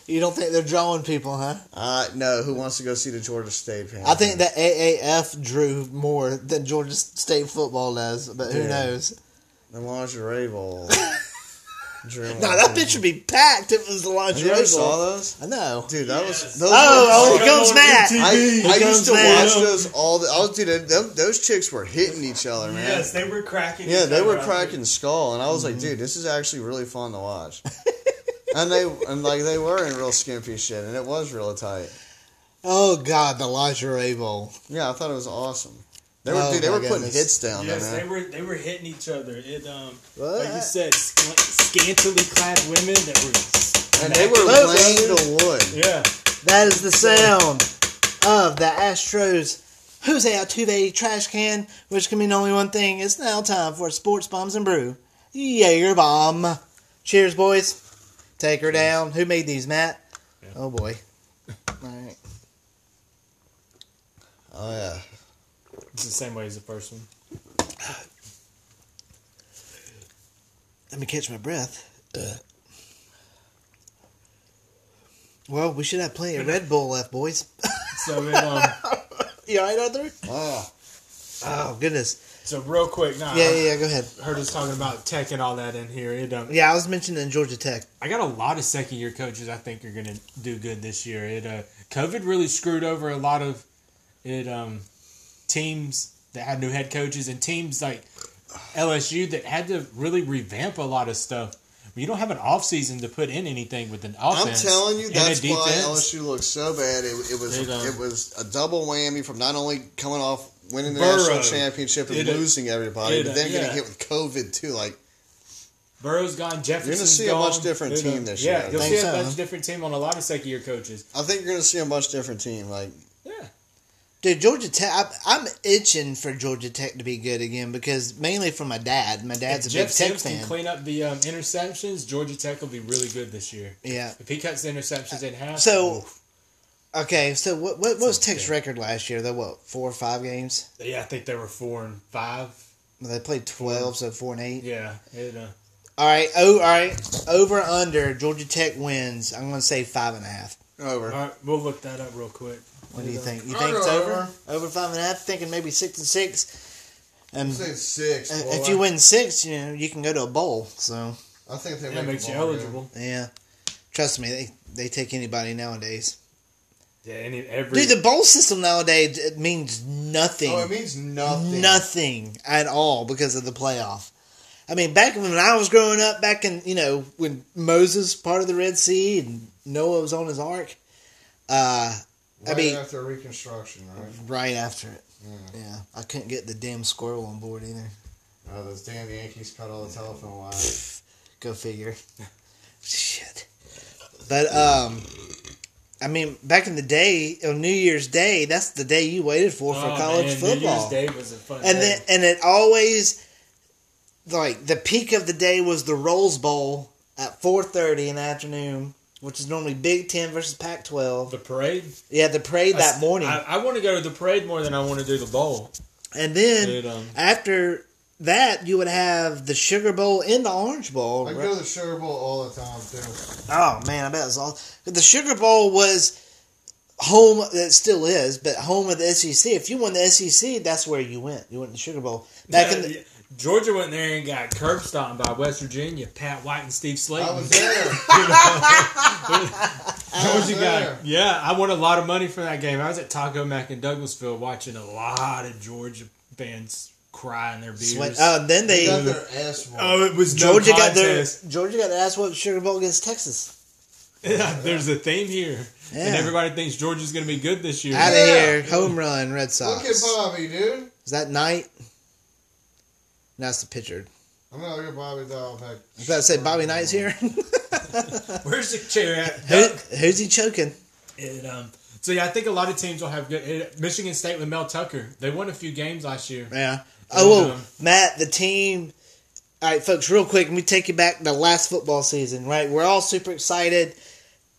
You don't think they're drawing people, huh? Uh no, who wants to go see the Georgia State Panthers? I think the AAF drew more than Georgia State football does, but who Yeah. knows? the [LAUGHS] lingerie bowl. Drew No, that Lockett. bitch would be packed if it was the Have lingerie you ever bowl. saw those? I know. Dude, that was Yes. those. Oh, were- here comes Matt. I, TV. I Here used comes to Matt. watch those all the. I was, dude, them, those chicks were hitting each other, man. Yes, they were cracking. Yeah, each they were other Mm-hmm. up. cracking skull, and I was like, dude, this is actually really fun [LAUGHS] to watch. and they and like they were in real skimpy shit, and it was real tight. Oh God, the lingerie bowl. Yeah, I thought it was awesome. They were Oh, dude, they my were putting goodness. hits down Yes, they there, man. Uh. were they were hitting each other. It um, What? like you said, scant- scantily clad women that were. and they were Look, playing the wood. Yeah, That is the sound of the Astros Who's Altuve trash can, which can mean only one thing. It's now time for Sports Bombs and Brew. Jaeger Bomb. Cheers, boys. Take her down. Who made these, Matt? Oh, boy. [LAUGHS] All right. Oh yeah. It's the same way as the first one. Let me catch my breath. Uh. Ugh. Well, we should have plenty of Red Bull left, boys. So, it, um, You all right out there? Oh. Oh, goodness. so real quick, now Yeah, yeah, yeah. Go ahead. I heard us talking about tech and all that in here. It, um, Yeah, I was mentioning Georgia Tech. I got a lot of second year coaches. I think are going to do good this year. It uh, COVID really screwed over a lot of it um, teams that had new head coaches and teams like LSU that had to really revamp a lot of stuff. You don't have an off season to put in anything with an I'm offense. telling you, and a that's why defense. LSU looks so bad. It, it was They don't. it was a double whammy from not only coming off winning the Burrow. national championship and It- losing everybody, it- but then yeah. getting hit with COVID too. Like Burrow's gone. Jefferson's see a gone. much different It, uh, team this yeah, year. you'll I see think so. a much different team on a lot of second year coaches. I think you're going to see a much different team. Like Yeah, Dude, Georgia Tech. I, I'm itching for Georgia Tech to be good again because mainly for my dad. My dad's a if Jeff big Tech Sims fan. can clean up the um, interceptions, Georgia Tech will be really good this year. yeah. If he cuts the interceptions in half, So, oof. okay. So, what what, what was Sounds Tech's good. record last year? Though, what four or five games? yeah, I think they were four and five. Well, They played twelve, so four and eight. Yeah, it, uh, All right. Oh, all right. Over under Georgia Tech wins. I'm going to say five and a half. over. all right, we'll look that up real quick. What do you It, uh, think? You think it's Under, over? Over five and a half. Thinking maybe six and six. And I think six. uh, boy. if you win six, you know you can go to a bowl. So I think they That make makes the you ball game. eligible. yeah. Trust me, they they take anybody nowadays. Yeah, any every Dude, the bowl system nowadays it means nothing, Oh, it means nothing. nothing, at all because of the playoff. I mean, back when I was growing up, back in you know when Moses part of the Red Sea and Noah was on his ark, uh, I Right mean- after Reconstruction, right? right after it. Yeah. Yeah, I couldn't get the damn squirrel on board either. Oh, those damn Yankees cut all the telephone wires. Go figure. [LAUGHS] Shit. But um, I mean, back in the day on New Year's Day, that's the day you waited for for Oh, college man, football. New Year's Day was a fun and day. then and it always like the peak of the day was the Rolls Bowl at four thirty in the afternoon, which is normally Big Ten versus Pac twelve. the parade Yeah, the parade that morning, I, I want to go to the parade more than I want to do the bowl. and then Dude, um, after that you would have the Sugar Bowl and the Orange Bowl. I right? go to the Sugar Bowl all the time too. Oh man, I bet it was all. The Sugar Bowl was home. It still is, but home of the SEC. If you won the SEC, that's where you went. You went to the Sugar Bowl back in the. Georgia went there and got curb stomped by West Virginia. Pat White and Steve Slayton. I was there. Georgia there. got yeah. I won a lot of money for that game. I was at Taco Mac in Douglasville watching a lot of Georgia fans cry in their beers. Sweat. Oh, then They they. got their ass [LAUGHS] whooped. Oh, it was Georgia no got their contest. [LAUGHS] Georgia got their ass whooped Sugar Bowl against Texas. There's a theme here, and Yeah. everybody thinks Georgia's going to be good this year. Out of Yeah. here, home run, Red Sox. Look at Bobby, dude. Is that night? No, that's the pitcher. I'm gonna look at Bobby Doll back. I was about to say Bobby Knight's here. [LAUGHS] Where's the chair at? [LAUGHS] Who, Duck. who's he choking? And, um, so yeah, I think a lot of teams will have good. and Michigan State with Mel Tucker, they won a few games last year. Yeah. Oh, And, whoa. um, Matt, the team. All right, folks, real quick, let me take you back to last football season, right? We're all super excited.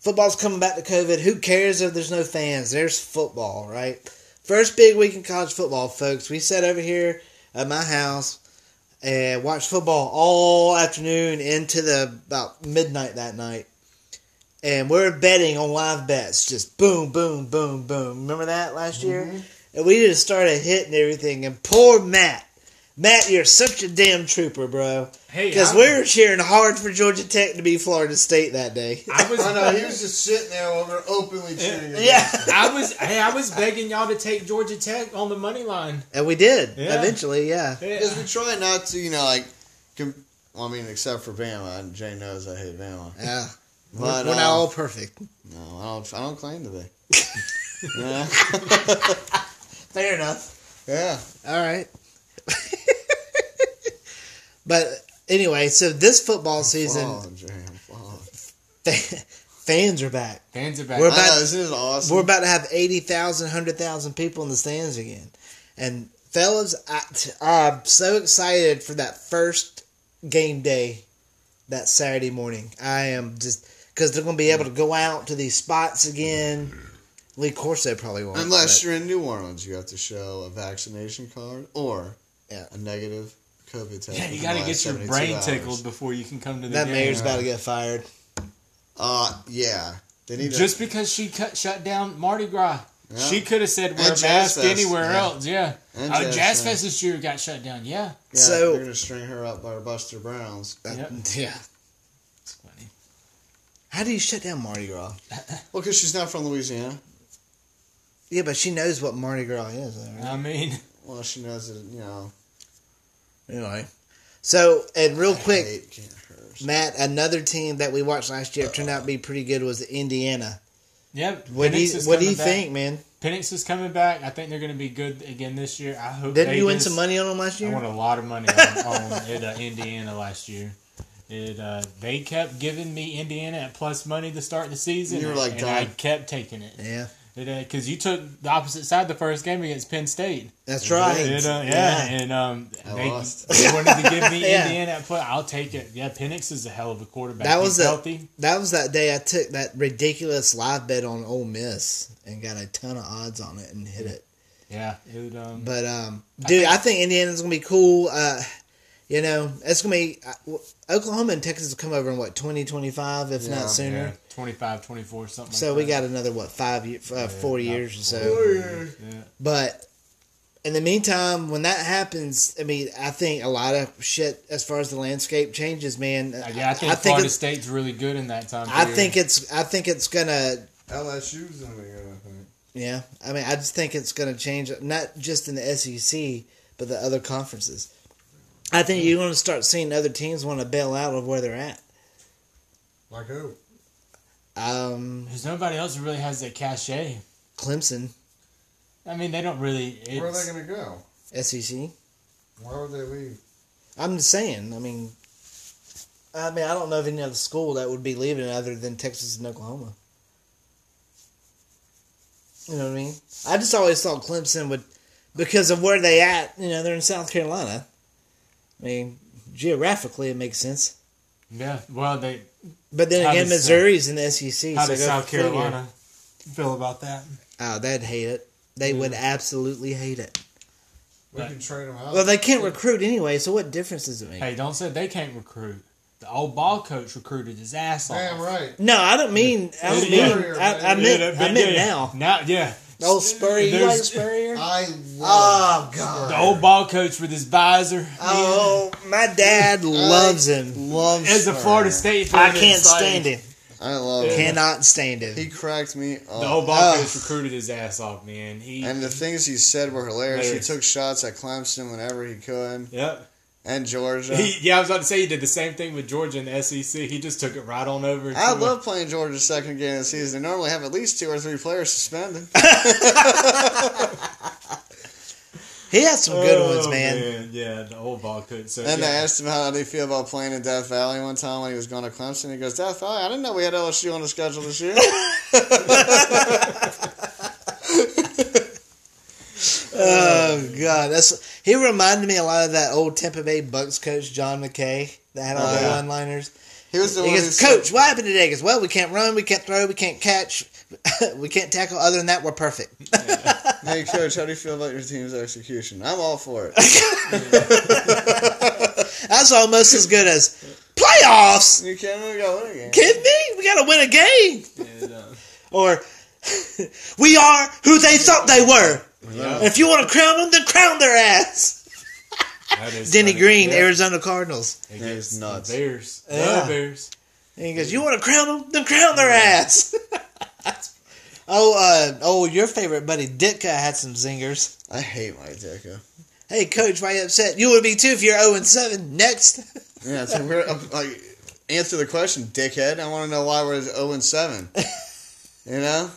Football's coming back to COVID. Who cares if there's no fans? There's football, right? First big week in college football, folks. We sat over here at my house and watched football all afternoon into the about midnight that night. And we're betting on live bets. Just boom, boom, boom, boom. Remember that last year? And we just started hitting everything. And poor Matt. Matt, you're such a damn trooper, bro. Hey, Because I- we were cheering hard for Georgia Tech to be Florida State that day. [LAUGHS] I was I know he was just sitting there while we were openly cheering. yeah. I was hey, I was begging y'all to take Georgia Tech on the money line. [LAUGHS] And we did. Yeah. Eventually, yeah. Because we try not to, you know, like. Com- well, I mean, except for Bama, and Jay knows I hate Bama. Yeah. We're, But, we're not uh, all perfect. No, I don't. I don't claim to be. yeah, Fair enough. yeah. All [LAUGHS] right. but anyway, so this football season, Fall, Jay, fall. fa- [LAUGHS] Fans are back. Fans are back. We're I back- know, isn't it awesome? We're about to have 80,000, 100,000 people in the stands again. And fellas, I, t- I'm so excited for that first game day that Saturday morning. I am just because they're going to be able to go out to these spots again. Lee Corso probably won't. Unless but- you're in New Orleans, you have to show a vaccination card or Yeah. a negative COVID test. yeah, you within got the to get last your 72 brain hours. tickled before you can come to the that game. mayor's about to get fired. Uh, yeah. They need Just because she cut, shut down Mardi Gras, Yeah. she could have said wear a Jazz mask Fest, anywhere yeah. else. Yeah. a, and Oh, just, Jazz uh, Fest this year got shut down. Yeah. Yeah, So- they're gonna string her up by her Buster Browns. Yep. Yeah. It's funny. How do you shut down Mardi Gras? Well, because she's not from Louisiana. Yeah, but she knows what Mardi Gras is. though, right? I mean, Well, she knows that you know. Anyway. So, and real I quick, hate can't hers. Matt, another team that we watched last year turned out to be pretty good was Indiana. yep. What do Penix you, is what do coming you back. think, man? Penix is coming back. I think they're going to be good again this year. I hope. Didn't they you win just- some money on them last I year? won a lot of money [LAUGHS] on, on at, uh, Indiana last year. It uh, they kept giving me Indiana at plus money to start the season. You were like, and I "Done." kept taking it yeah, because you took the opposite side the first game against Penn State. that's right. It, uh, yeah, and um, I they, lost. they wanted to give me [LAUGHS] Yeah. Indiana at plus. I'll take it. Yeah, Penix is a hell of a quarterback. That He's was a- healthy. That was that day I took that ridiculous live bet on Ole Miss and got a ton of odds on it and hit it. Yeah, it, um, But um, dude, I think Indiana's gonna be cool. Uh, you know, it's gonna be uh, w- Oklahoma and Texas will come over in what twenty twenty five, if Yeah, not sooner. yeah, 25, 24, something. So like we that. got another what five year, uh, Yeah, four about years or so. Yeah. But in the meantime, when that happens, I mean, I think a lot of shit as far as the landscape changes, man. Uh, Yeah, I think, I think, Florida it's, State's really good in that time. I period. think it's. I think it's gonna. LSU's in there, I think. Yeah, I mean, I just think it's gonna change. Not just in the SEC, but the other conferences. I think you're going to start seeing other teams want to bail out of where they're at. Like who? Um, because nobody else really has that cachet. Clemson, I mean, they don't really. It's, gonna go? SEC. Why would they leave? I'm just saying. I mean, I mean, I don't know of any other school that would be leaving other than Texas and Oklahoma. You know what I mean? I just always thought Clemson would, because of where they at. You know, they're in South Carolina. I mean, geographically, it makes sense. yeah. Well, they. But then How again, does, uh, Missouri's in the SEC. How so does go South figure. Carolina feel about that? Oh, they'd hate it. They would Mm. absolutely hate it. We can train them out. Well, they can't recruit anyway, so what difference does it make? Oh, Hey, don't say they can't recruit. The old ball coach recruited his ass off. right. No, I don't mean. I don't Yeah. mean. I, I Yeah, meant. that- I meant yeah. now. Now, yeah. The old Spurrier. You There's- like Spurrier? I Oh love. God! The old ball coach with his visor. Oh, my dad loves him. Loves As a her. Florida State fan, I can't stand him. I love her. Cannot stand He him. cracked me up. The old ball Oh. coach recruited his ass off, man. He. And the things he said were hilarious. Hilarious. He took shots at Clemson whenever he could, Yep. and Georgia. He, yeah, I was about to say he did the same thing with Georgia and the SEC. He just took it right on over. to- I love playing Georgia's second game of the season. They normally have at least two or three players suspended. He has some good ones, Oh, man. Yeah, the old ball coach. So, Then yeah. they asked him how they feel about playing in Death Valley one time when he was going to Clemson. He goes, Death Valley? I didn't know we had LSU on the schedule this year. Oh God, that's he reminded me a lot of that old Tampa Bay Bucks coach John McKay that had all Oh, the yeah. one-liners. He was the He one who goes, said- Coach, what happened today? He goes, Well, we can't run, we can't throw, we can't catch, [LAUGHS] we can't tackle. Other than that, we're perfect. Hey, Coach, how do you feel about your team's execution? I'm all for it. That's almost as good as playoffs. you can't really go win again. Kidding me? We gotta win a game. And, uh, or [LAUGHS] we are who they thought they were. Yeah. If you want to crown them, then crown their ass. that is [LAUGHS] Denny funny. Green, Yeah. Arizona Cardinals. Against It's the nuts. Bears. The Yeah. Bears. And he goes, "You want to crown them? Then crown their ass." [LAUGHS] oh, uh, oh, your favorite buddy Ditka had some zingers. I hate Mike Ditka. Hey, coach, why you upset? You would be too if you're zero and seven. Next, [LAUGHS] Yeah, it's like, we're, I'm, like, answer the question, dickhead. I want to know why we're 0 and 7. You know?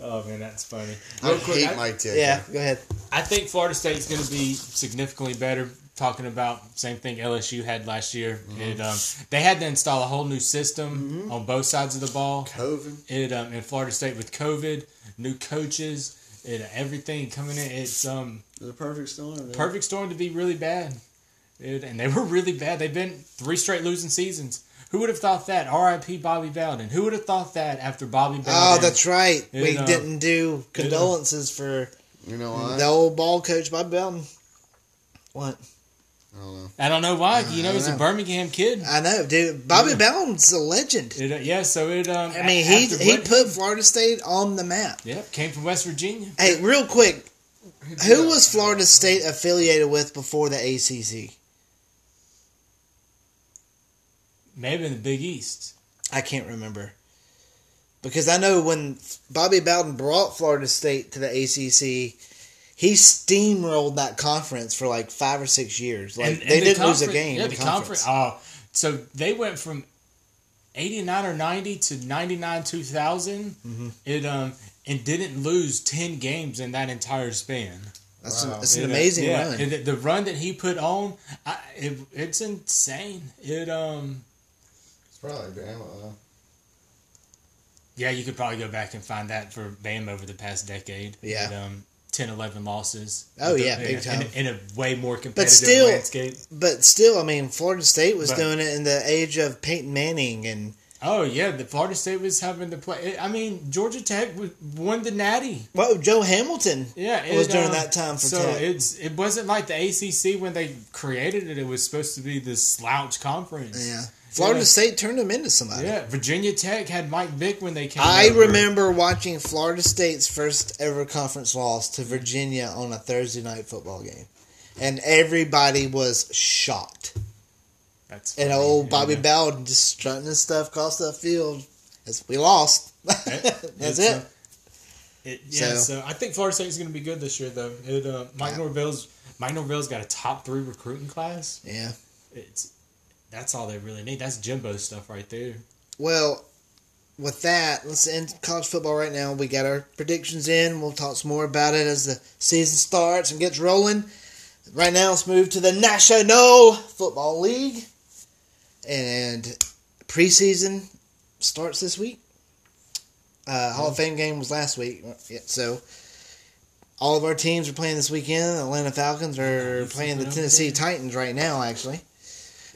Oh man, that's funny. I Real quick, hate I- Mike Ditka. yeah, go ahead. I think Florida State's going to be significantly better talking about same thing LSU had last year. Mm-hmm. It um, they had to install a whole new system on both sides of the ball. Coven. It um, in Florida State with COVID, new coaches, it everything coming in. It's um The perfect storm. dude. perfect storm to be really bad. Dude, and they [LAUGHS] were really bad. They've been three straight losing seasons. Who would have thought that? R.I.P. Bobby Bowden. Who would have thought that after Bobby Bowden? Oh, that's right. You we know. didn't do condolences for You know what? the old ball coach Bob Belton. What? I don't know. I don't know why. You know, I he's a know. Birmingham kid. I know, dude. Bobby Yeah. Belton's a legend. It, uh, yeah, so it. Um, I mean, he after he what- put Florida State on the map. Yep, came from West Virginia. Hey, real quick, who was Florida State affiliated with before the ACC? Maybe in the Big East. I can't remember. Because I know when Bobby Bowden brought Florida State to the ACC, he steamrolled that conference for like five or six years. Like And- and they the didn't lose a conference- game. Yeah, in the conference. conference. Oh, so they went from eighty nine or ninety to ninety nine two thousand. Mm-hmm. It um and didn't lose ten games in that entire span. That's Wow. an, it's an It, uh, amazing yeah, run. and the, the run that he put on, I, it, it's insane. It um It's probably Bama. yeah, you could probably go back and find that for Bam over the past decade. Yeah. It, um, 10, 11 losses. Oh, With the- yeah, big in, time. In, a way more competitive still- landscape. But still, I mean, Florida State was But- doing it in the age of Peyton Manning, and Oh yeah, the Florida State was having to play. I mean, Georgia Tech w- won the Natty. well, Joe Hamilton. Yeah, um, It was during that time for so Tech. it's it wasn't like the ACC when they created it. It was supposed to be this slouch conference. Yeah, Florida Yeah. State turned him into somebody. Yeah, Virginia Tech had Mike Vick when they came. I over. remember watching Florida State's first ever conference loss to Virginia on a Thursday night football game, and everybody was shocked. That's And funny. old Bobby Yeah. Bowden just strutting his stuff across that field as we lost. [LAUGHS] That's It's, it. uh, it- yeah, So- so. I think Florida State's going to be good this year, though. It, uh, Mike Yeah. Norvell's Mike Norvell's got a top three recruiting class. yeah. It's that's all they really need. That's Jimbo stuff right there. Well, with that, let's end college football right now. We got our predictions in. We'll talk some more about it as the season starts and gets rolling. Right now, let's move to the National Football League. And preseason starts this week. Uh, Hall of Fame game was last week. Yeah, So, all of our teams are playing this weekend. Atlanta Falcons are playing the you flipping over Tennessee there? Titans right now, actually.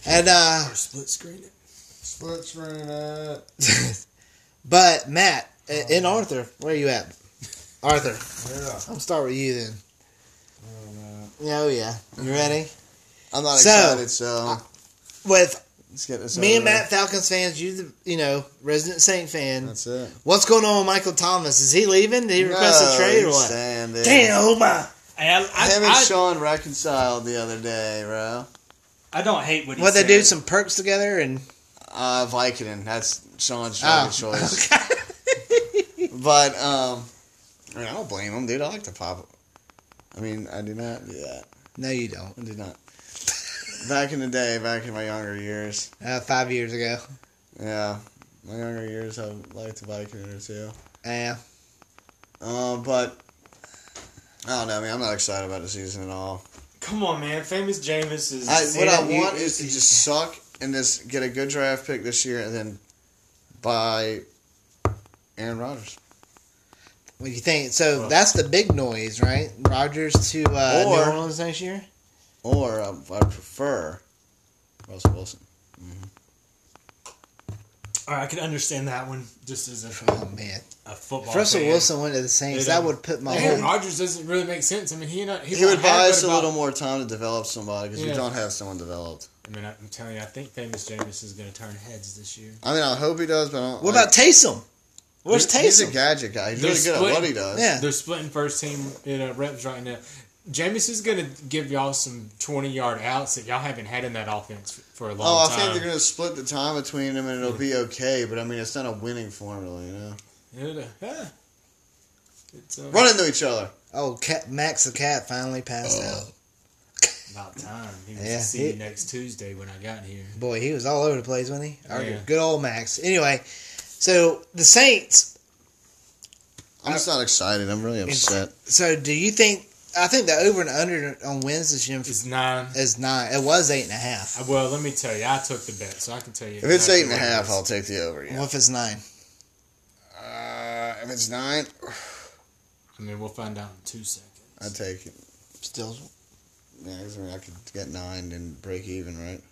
And uh, Or split screen it. Split screen it. But Matt i- in Arthur, where are you at? Arthur, Yeah. I'm gonna start with you then. Oh, no. Oh yeah, you ready? I'm not So- excited, so With let's get this. me over and with. Matt Falcons fans, you the you know resident Saint fan. That's it. What's going on with Michael Thomas? Is he leaving? Did he request a trade or he's what? staying, dude. Damn, oh my! Hey, I, I, Him and I- Sean reconciled the other day, bro. I don't hate what he What they said. do? Some perks together and Uh, Vicodin. That's Sean's Oh, shopping choice. [LAUGHS] But um, I, mean, I don't blame him, dude. I like to pop. I mean, I do not do that. no, you don't. I did not. [LAUGHS] Back in the day, back in my younger years, Uh, five years ago. yeah, my younger years, I liked Vicodin or two. Eh. Yeah, Uh, but I don't know, man. I'm not excited about the season at all. Come on, man. Famous Jameis is. I, what I You- want is to just suck and just get a good draft pick this year and then buy Aaron Rodgers. what do you think? So that's the big noise, right? Rogers to uh, Or- New Orleans next year. Or um, I prefer Russell Wilson. All right, I can understand that one just as a, Oh man, a football. if Russell fan. Wilson went to the Saints, They that don't- would put my Aaron whole Rodgers doesn't really make sense. I mean, he not, he, He would won't buy have us but a about- little more time to develop somebody because Yeah. we don't have someone developed. I mean, I- I'm telling you, I think Famous Jameis is going to turn heads this year. I mean, I hope he does, but I don't, What like, about Taysom? Where's he- He's a Taysom? gadget guy. He's They're really good at split- what he does. Yeah. They're splitting first team you know, reps right now. Jameis is going to give y'all some 20 yard outs that y'all haven't had in that offense f- for a long Oh, I time. think they're going to split the time between them and it'll be okay, but I mean, it's not a winning formula, you know? It, uh, yeah. It's uh, Run into each other. Oh, Cat, Max the cat finally passed out. about time. He was Yeah, to see he- you next Tuesday when I got here. Boy, he was all over the place, wasn't he? Our Yeah. Good old Max. Anyway, so the Saints. I'm just not excited. I'm really upset. So, do you think I think the over and under on wins this year It's nine. is nine. It was eight and a half. Uh, Well, let me tell you, I took the bet, so I can tell you. If it's exactly eight and a what it half, is. I'll take the over. Yeah. What if it's nine? Uh, if it's nine, I mean, we'll find out in two seconds. I'd take it. Still, Yeah, 'cause I mean, I could get nine and break even, right?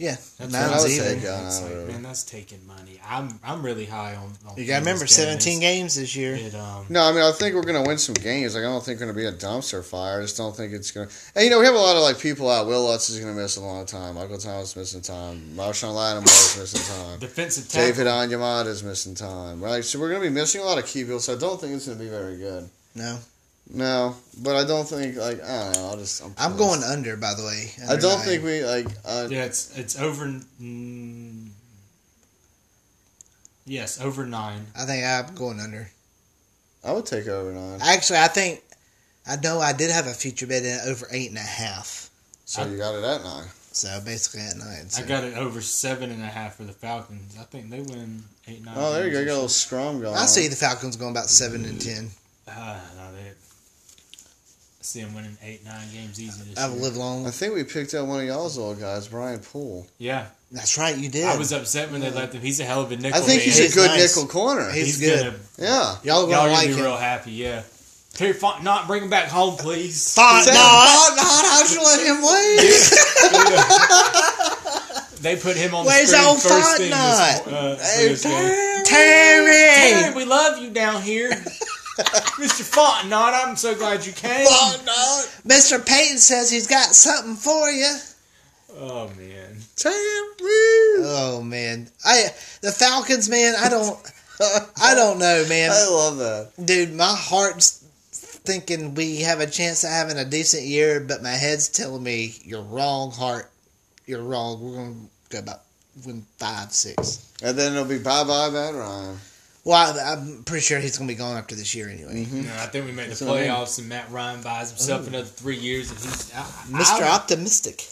yeah, That's what I nine's would even. take. Yeah, It's I like, would. man, that's taking money. I'm I'm really high on. on You gotta remember, this game. seventeen games this year. It, um, No, I mean, I think we're gonna win some games. Like, I don't think we're gonna be a dumpster fire. I just don't think it's gonna. And you know, we have a lot of like people out. Will Lutz is gonna miss a lot of time. Michael Thomas missing time. Marshawn Lattimore is missing [LAUGHS] time. defensive tackle. David Onyemata is missing time. Right, so we're gonna be missing a lot of key people. So I don't think it's gonna be very good. No, No, but I don't think like I don't know. I'll just I'm, I'm going under. By the way, I under don't nine. think we like. Uh, Yeah, it's it's over. Mm, yes, over nine. I think I'm going under. I would take over nine. Actually, I think I know I did have a future bet in over eight and a half. So you got it at nine. So basically at nine. So. I got it over seven and a half for the Falcons. I think they win eight nine. Oh, there you go. You games got a or little scrum going. I on. see the Falcons going about seven and ten. so. Ah, no, they. I see them winning eight nine games easy this I've year. lived I long. think we picked up one of y'all's old guys, Brian Poole. Yeah, That's right, you did. I was upset when they left him. He's a hell of a nickel. I think man. he's a He's good nice. nickel corner. He's- Gonna, good. yeah. Y'all y'all are gonna gonna like be him. real happy. Yeah. Terry Font, not bring him back home, please. Font, Sam, no, Font, how'd you let him win? They put him on Where's the screen old first thing. This, Fontenot? uh, Hey, this game. Terry, Terry. we love you down [LAUGHS] here. Mr. Fontenot, I'm so glad you came. Mr. Payton says he's got something for you. Oh, man. Terry. Oh man, I the Falcons, man. I don't, [LAUGHS] I don't know, man. I love that. Dude, my heart's thinking we have a chance of having a decent year, but my head's telling me you're wrong, heart. You're wrong. We're gonna go about win five, six. And then it'll be bye bye, Matt Ryan. Well, I, I'm pretty sure he's gonna be gone after this year anyway. No, I think we made That's the what I mean. Oh. playoffs, and Matt Ryan buys himself another three years, and he's I, Mister I, Optimistic.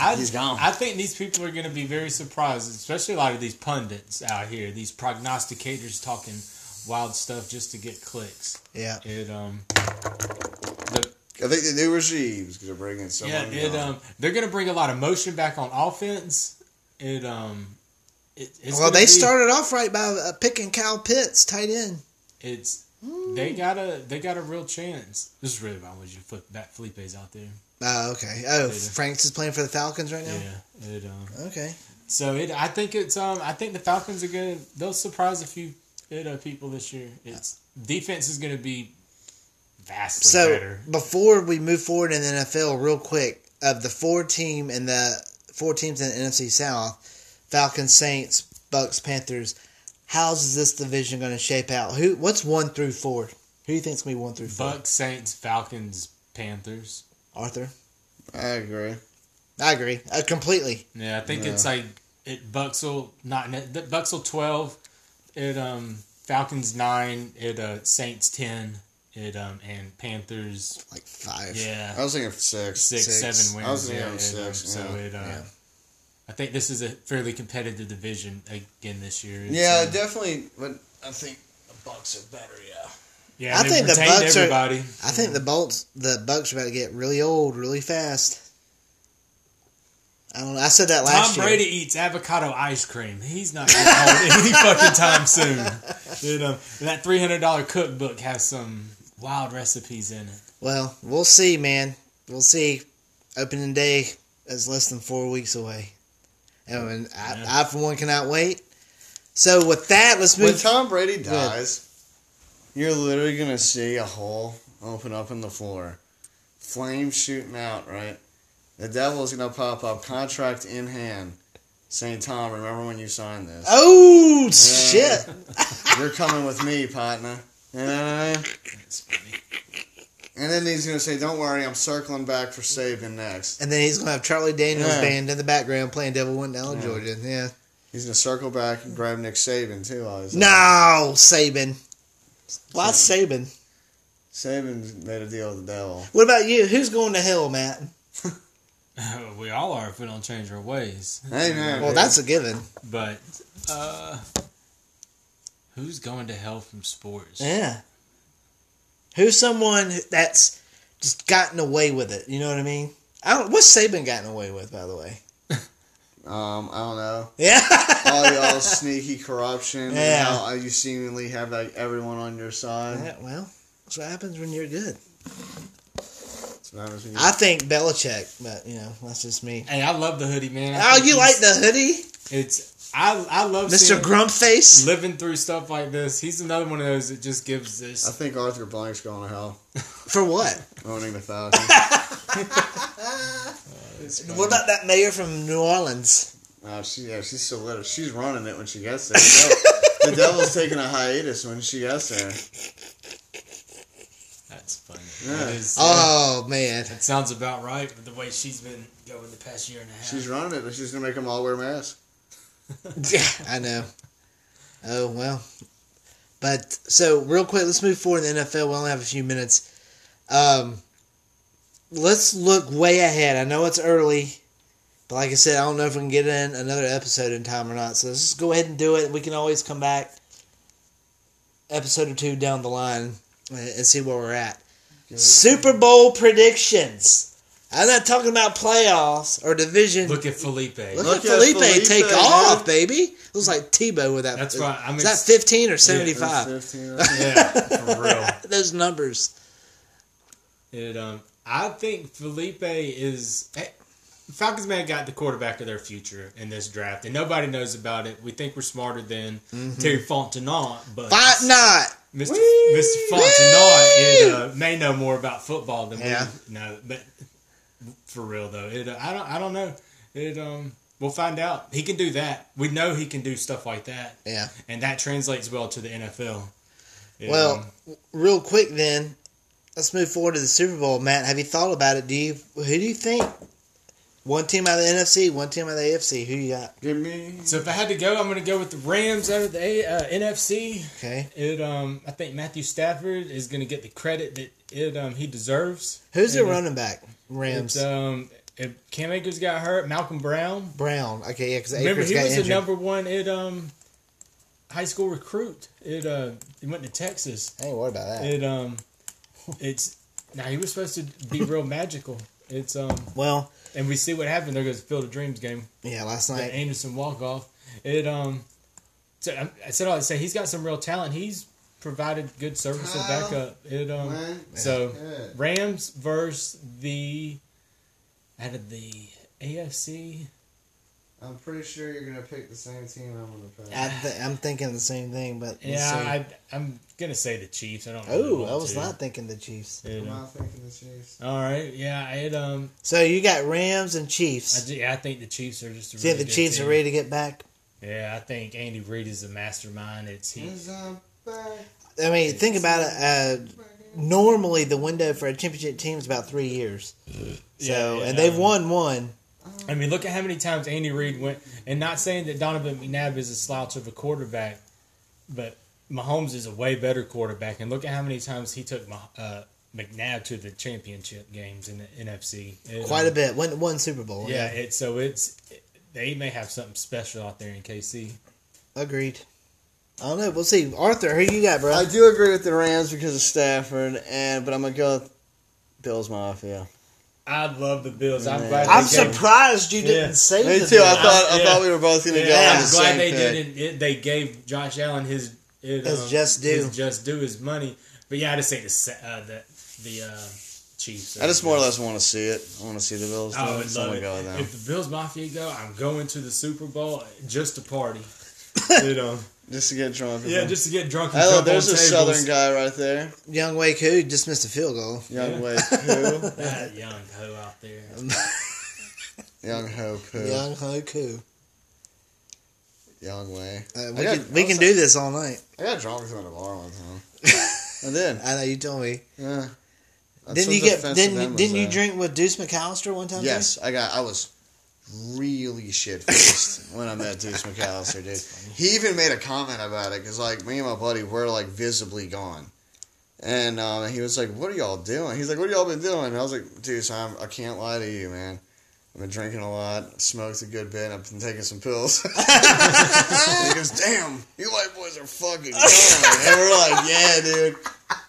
I, He's gone. I think these people are going to be very surprised, especially a lot of these pundits out here, these prognosticators talking wild stuff just to get clicks. Yeah. It um, the, I think the new regime's gonna bring in yeah, someone. it um, they're going to bring a lot of motion back on offense. It um, it, it's well, gonna they be- started off right by uh, picking Kyle Pitts, tight end. It's they got a they got a real chance. This is really why I wanted you to flip that Felipe's out there. Oh, okay. Oh, Franks is playing for the Falcons right now. Yeah, it um. Okay. So it, I think it's um, I think the Falcons are gonna they'll surprise a few you know, people this year. It's defense is gonna be vastly so better. before we move forward in the NFL, real quick, of the four team in the four teams in the NFC South, Falcons, Saints, Bucks, Panthers. How's is this division going to shape out? Who? What's one through four? Who do you think's gonna be one through four? Bucks, Saints, Falcons, Panthers. Arthur. I agree. I agree uh, completely. Yeah, I think Yeah. it's like it Bucks will not the Bucks will twelve, it um Falcons nine, it uh Saints ten, it um and Panthers Like five. yeah I was thinking six. six, Six. seven wins. I was yeah, thinking it, six, um, So yeah. it, uh, Yeah. I think this is a fairly competitive division again this year. It's, Yeah, um, definitely. But I think the Bucks are better. Yeah. yeah. I they've think the retained Bucks are- everybody. I think the Bolts, the Bucks, are about to get really old really fast. I don't. know. I said that last Tom year. Brady eats avocado ice cream. He's not getting old any fucking time soon. Dude, um, that three hundred dollar cookbook has some wild recipes in it. Well, we'll see, man. We'll see. Opening day is less than four weeks away, Oh, and when I, I for one cannot wait. So with that, let's When move. Tom Brady dies, you're literally gonna see a hole open up in the floor, flames shooting out. Right, the devil's gonna pop up, contract in hand, saying, "Tom, remember when you signed this? [LAUGHS] oh shit! You're coming with me, partner." You know what I mean? And then he's gonna say, "Don't worry, I'm circling back for saving next." And then he's gonna have Charlie Daniels Yeah. band in the background playing "Devil Went Down Georgia." Yeah. He's gonna circle back and grab Nick Saban too. Obviously. No, Saban. Why Saban? Saban made a deal with the devil. What about you? Who's going to hell, Matt? [LAUGHS] we all are if we don't change our ways. Hey man, Well, that's a given. But uh, Eh? who's going to hell from sports? Yeah. Who's someone that's just gotten away with it. You know what I mean? I don't. What's Saban gotten away with, by the way? [LAUGHS] Um, I don't know. Yeah. All y'all sneaky corruption. Yeah. And how you seemingly have like everyone on your side. Yeah, well, that's what happens when you're good. That's what happens when you- I think Belichick, but you know that's just me. Hey, I love the hoodie, man. I Oh, think you like he's- the hoodie, It's I I love Mister seeing- Grumpface? living through stuff like this. He's another one of those that just gives I this. think Arthur Blank's going to hell. For what? Owning [LAUGHS] the Falcons. What about that mayor from New Orleans? Oh, she yeah, she's still little. She's running it when she gets there. [LAUGHS] The, devil- the devil's taking a hiatus when she gets there. That's funny. Yeah. Uh, That is, Oh man, that sounds about right. But the way she's been going the past year and a half. She's running it, but she's gonna make them all wear masks. I know. Oh well, but so real quick, let's move forward in the NFL. We only have a few minutes. Um, let's look way ahead. I know it's early, but like I said, I don't know if we can get in another episode in time or not. So let's just go ahead and do it. We can always come back episode or two down the line and, and see where we're at. Super Bowl predictions. I'm not talking about playoffs or division. Look at [LAUGHS] Felipe. Look, Look at at Felipe, Felipe, take man. off, baby. It was like Tebow with that. That's right. I'm Is ex- that 15 or That's 75? 15 right there. yeah, for real. [LAUGHS] Those numbers. It um, I think Felipe is. eh, Falcons man got the quarterback of their future in this draft, and nobody knows about it. We think we're smarter than Mm-hmm. Terry Fontenot, but Fight not. Mr. Mr. Fontenot it, uh, may know more about football than Yeah. we know. But for real though, it uh, I don't I don't know. It um we'll find out. He can do that. We know he can do stuff like that, Yeah. and that translates well to the NFL. It, Well, um, real quick then, let's move forward to the Super Bowl. Matt, have you thought about it? Do you who do you think? One team out of the NFC, one team out of the AFC. Who you got? Give me. so if I had to go, I'm going to go with the Rams out of the A, uh, NFC. Okay. It um I think Matthew Stafford is going to get the credit that it um he deserves. Who's their And running back? Rams. It's, um, if Cam Akers got hurt, Malcolm Brown. Brown. Okay, yeah, because Remember, Akers he got was injured. the number one at um high school recruit. It uh he went to Texas. I ain't worried about that. It um it's now he was supposed to be real magical. It's um well, and we see what happened. There goes Field of Dreams game. yeah, last The night. Anderson walk off. It um so I, I said all I say he's got some real talent. He's provided good service and Kyle backup. It um Man. so Yeah. Rams versus the out of the AFC. I'm pretty sure you're gonna pick the same team I'm gonna pick. I th- I'm thinking the same thing, but we'll Yeah, see. I, I'm gonna say the Chiefs. I don't. really Oh, want I was to. not thinking the Chiefs. It, I'm um, not thinking the Chiefs. all right, yeah, I had, um, So you got Rams and I, Chiefs. ju- yeah, I think the Chiefs are just. A See, really the good Chiefs team. are ready to get back. Yeah, I think Andy Reid is a mastermind. It's he. Is I'm back. I mean, think about it. Uh, normally, the window for a championship team is about three years. So, Yeah, yeah, and they've um, won one. I mean, look at how many times Andy Reid went, and not saying that Donovan McNabb is a slouch of a quarterback, but Mahomes is a way better quarterback. And look at how many times he took Mah- uh, McNabb to the championship games in the NFC. It, Quite a um, bit. Won one Super Bowl. Yeah, it, so it's they may have something special out there in KC. agreed. I don't know. We'll see. Arthur, who you got, bro? I do agree with the Rams because of Stafford, and but I'm gonna go with Bills Mafia. I love the Bills. I'm Yeah. glad. I'm they gave- surprised you didn't Yeah. say Me the too. I Bills. thought I Yeah. thought we were both gonna go. Yeah, on I'm the glad same they pick. didn't. It, they gave Josh Allen his it, His just due. His just due his money. But yeah, I just say the Sa- uh, the the uh, Chiefs. I just more or less want to see it. I want to see the Bills. do I it, would so I'm love gonna it. go with them. If the Bills Mafia go, I'm going to the Super Bowl just to [LAUGHS] party. you know, Just to get drunk. with yeah, them. just to get drunk. And Hello, jump there's on a tables. Southern guy right there, Young Wei Koo just missed a field goal. young [LAUGHS] Yeah. Wade Pooh, That young hoe out there. young Ho Pooh, Young Ho Koo. young Way. Uh, I we got- can, we can do this all night. I got drunk with him at a bar one [LAUGHS] time. I did. I know you told me. Yeah. That's Didn't what you the get? offensive Didn't end didn't was you at. drink with Deuce McAllister one time? too? Yes, I got. I was really shit faced when I met Deuce McAllister, dude. He even made a comment about it because, like, me and my buddy were like visibly gone, and um, he was like, "What are y'all doing?" He's like, "What y'all been doing?" And I was like, "Deuce, I'm. I can't lie to you, man." I've been drinking a lot, smoked a good bit, I've been taking some pills. [LAUGHS] And he goes, Damn, you white boys are fucking gone. And we're like, Yeah, dude.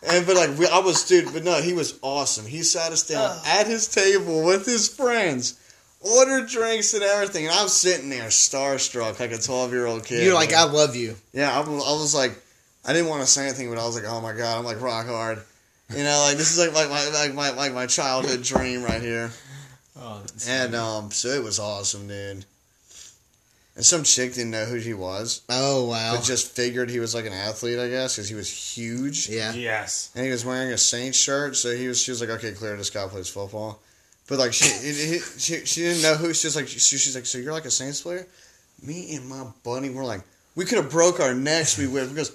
And but like we, I was, dude. But no, he was awesome. He sat us down at his table with his friends, ordered drinks and everything. And I'm sitting there starstruck like a 12 year old kid. You're like, man. I love you. yeah. I, was- I was like, I didn't want to say anything, but I was like, oh my god, I'm like rock hard. You know, like this is like like my like my like my childhood dream right here. Oh, that's- And um, so it was awesome, dude. And some chick didn't know who he was, Oh wow. but just figured he was like an athlete, I guess, because he was huge. yeah. yes. and he was wearing a Saints shirt. So he was, she was like, okay, clear, this guy plays football. But like she, it, it, she, she didn't know who. She was like, she, she's like, so you're like a Saints player? Me and my buddy were like, we could have broke our necks. We would because,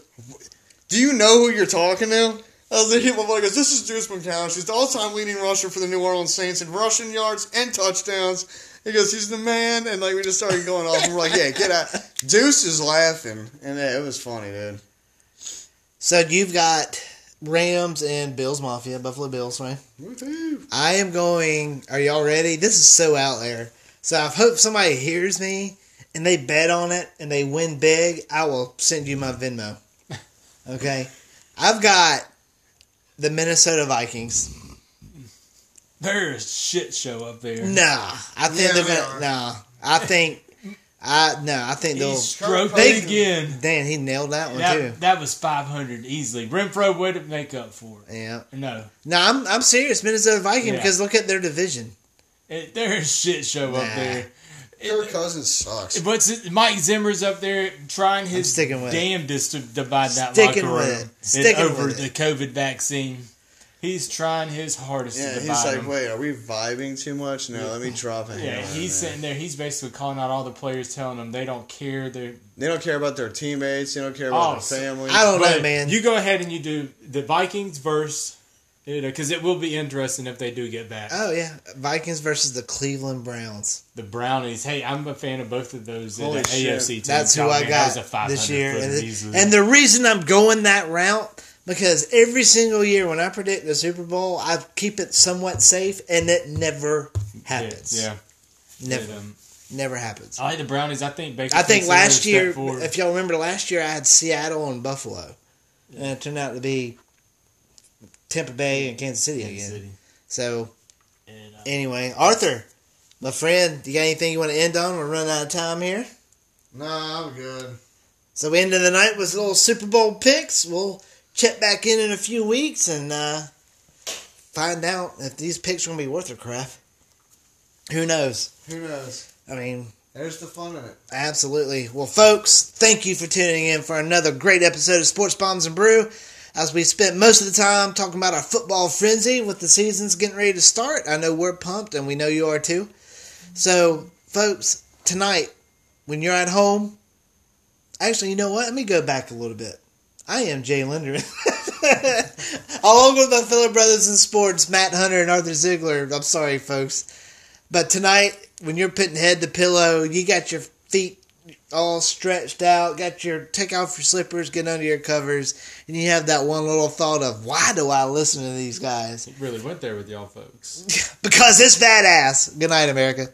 do you know who you're talking to? I was like, [LAUGHS] my buddy goes, this is Deuce McCown. He's the all-time leading rusher for the New Orleans Saints in rushing yards and touchdowns. He goes, he's the man, and like we just started going off. And we're like, yeah, get out. Deuce is laughing, and yeah, it was funny, dude. So you've got Rams and Bills Mafia, Buffalo Bills, right? Woohoo! I am going. Are y'all ready? This is so out there. So I hope somebody hears me and they bet on it and they win big. I will send you my [LAUGHS] Venmo. Okay. I've got the Minnesota Vikings. There's shit show up there. Nah, I think Yeah, they're they gonna. are. Nah, I think. I no, I think He they'll. stroked They- it again. Dan, he nailed that one too. That, that was 500 easily. Renfro way to make up for Yeah. it. No, No, I'm I'm serious. Minnesota Vikings Yeah. because look at their division. it, there's shit show Nah. up there. Kirk Cousins sucks. What's it? Mike Zimmer's up there trying his sticking with it. damnedest to divide that Sticking locker with room it. and Sticking over with the it. COVID vaccine. He's trying his hardest Yeah, to he's divide like, them. wait, are we vibing too much? No, let me drop a Yeah, hammer, he's man. sitting there. He's basically calling out all the players, telling them they don't care. They're They don't care about their teammates. They don't care about Oh, so- their family. I don't know, But man. You go ahead and you do the Vikings verse, you know, because it will be interesting if they do get back. oh yeah, Vikings versus the Cleveland Browns. the Brownies. Hey, I'm a fan of both of those in Holy the shit. AFC team. That's who God, I man, got that was a this year. 500 And, footer it- easily. and the reason I'm going that route because every single year when I predict the Super Bowl, I keep it somewhat safe, and it never happens. Yeah, yeah. never, But, um, never happens. I like the Brownies. I think Baker. I think takes another last step year, forward. if y'all remember last year, I had Seattle and Buffalo, and it turned out to be Tampa Bay and Kansas City again. Kansas City. So And, uh, anyway, Arthur, my friend, you got anything you want to end on? We're running out of time here. Nah, I'm good. So we ended the night with little Super Bowl picks. We'll check back in in a few weeks and uh, find out if these picks are going to be worth their crap. Who knows? Who knows? I mean, There's the fun in it. absolutely. Well, folks, thank you for tuning in for another great episode of Sports Bombs and Brew. As we spent most of the time talking about our football frenzy with the seasons getting ready to start, I know we're pumped and we know you are too. So, folks, tonight, when you're at home, Actually, you know what? Let me go back a little bit. I am Jay Linder. [LAUGHS] Along with my fellow brothers in sports, Matt Hunter and Arthur Ziegler. I'm sorry, folks. But tonight, when you're putting head to pillow, you got your feet all stretched out, got your take off your slippers, get under your covers, and you have that one little thought of why do I listen to these guys? [LAUGHS] it really went there with y'all folks. Because it's badass. Good night, America.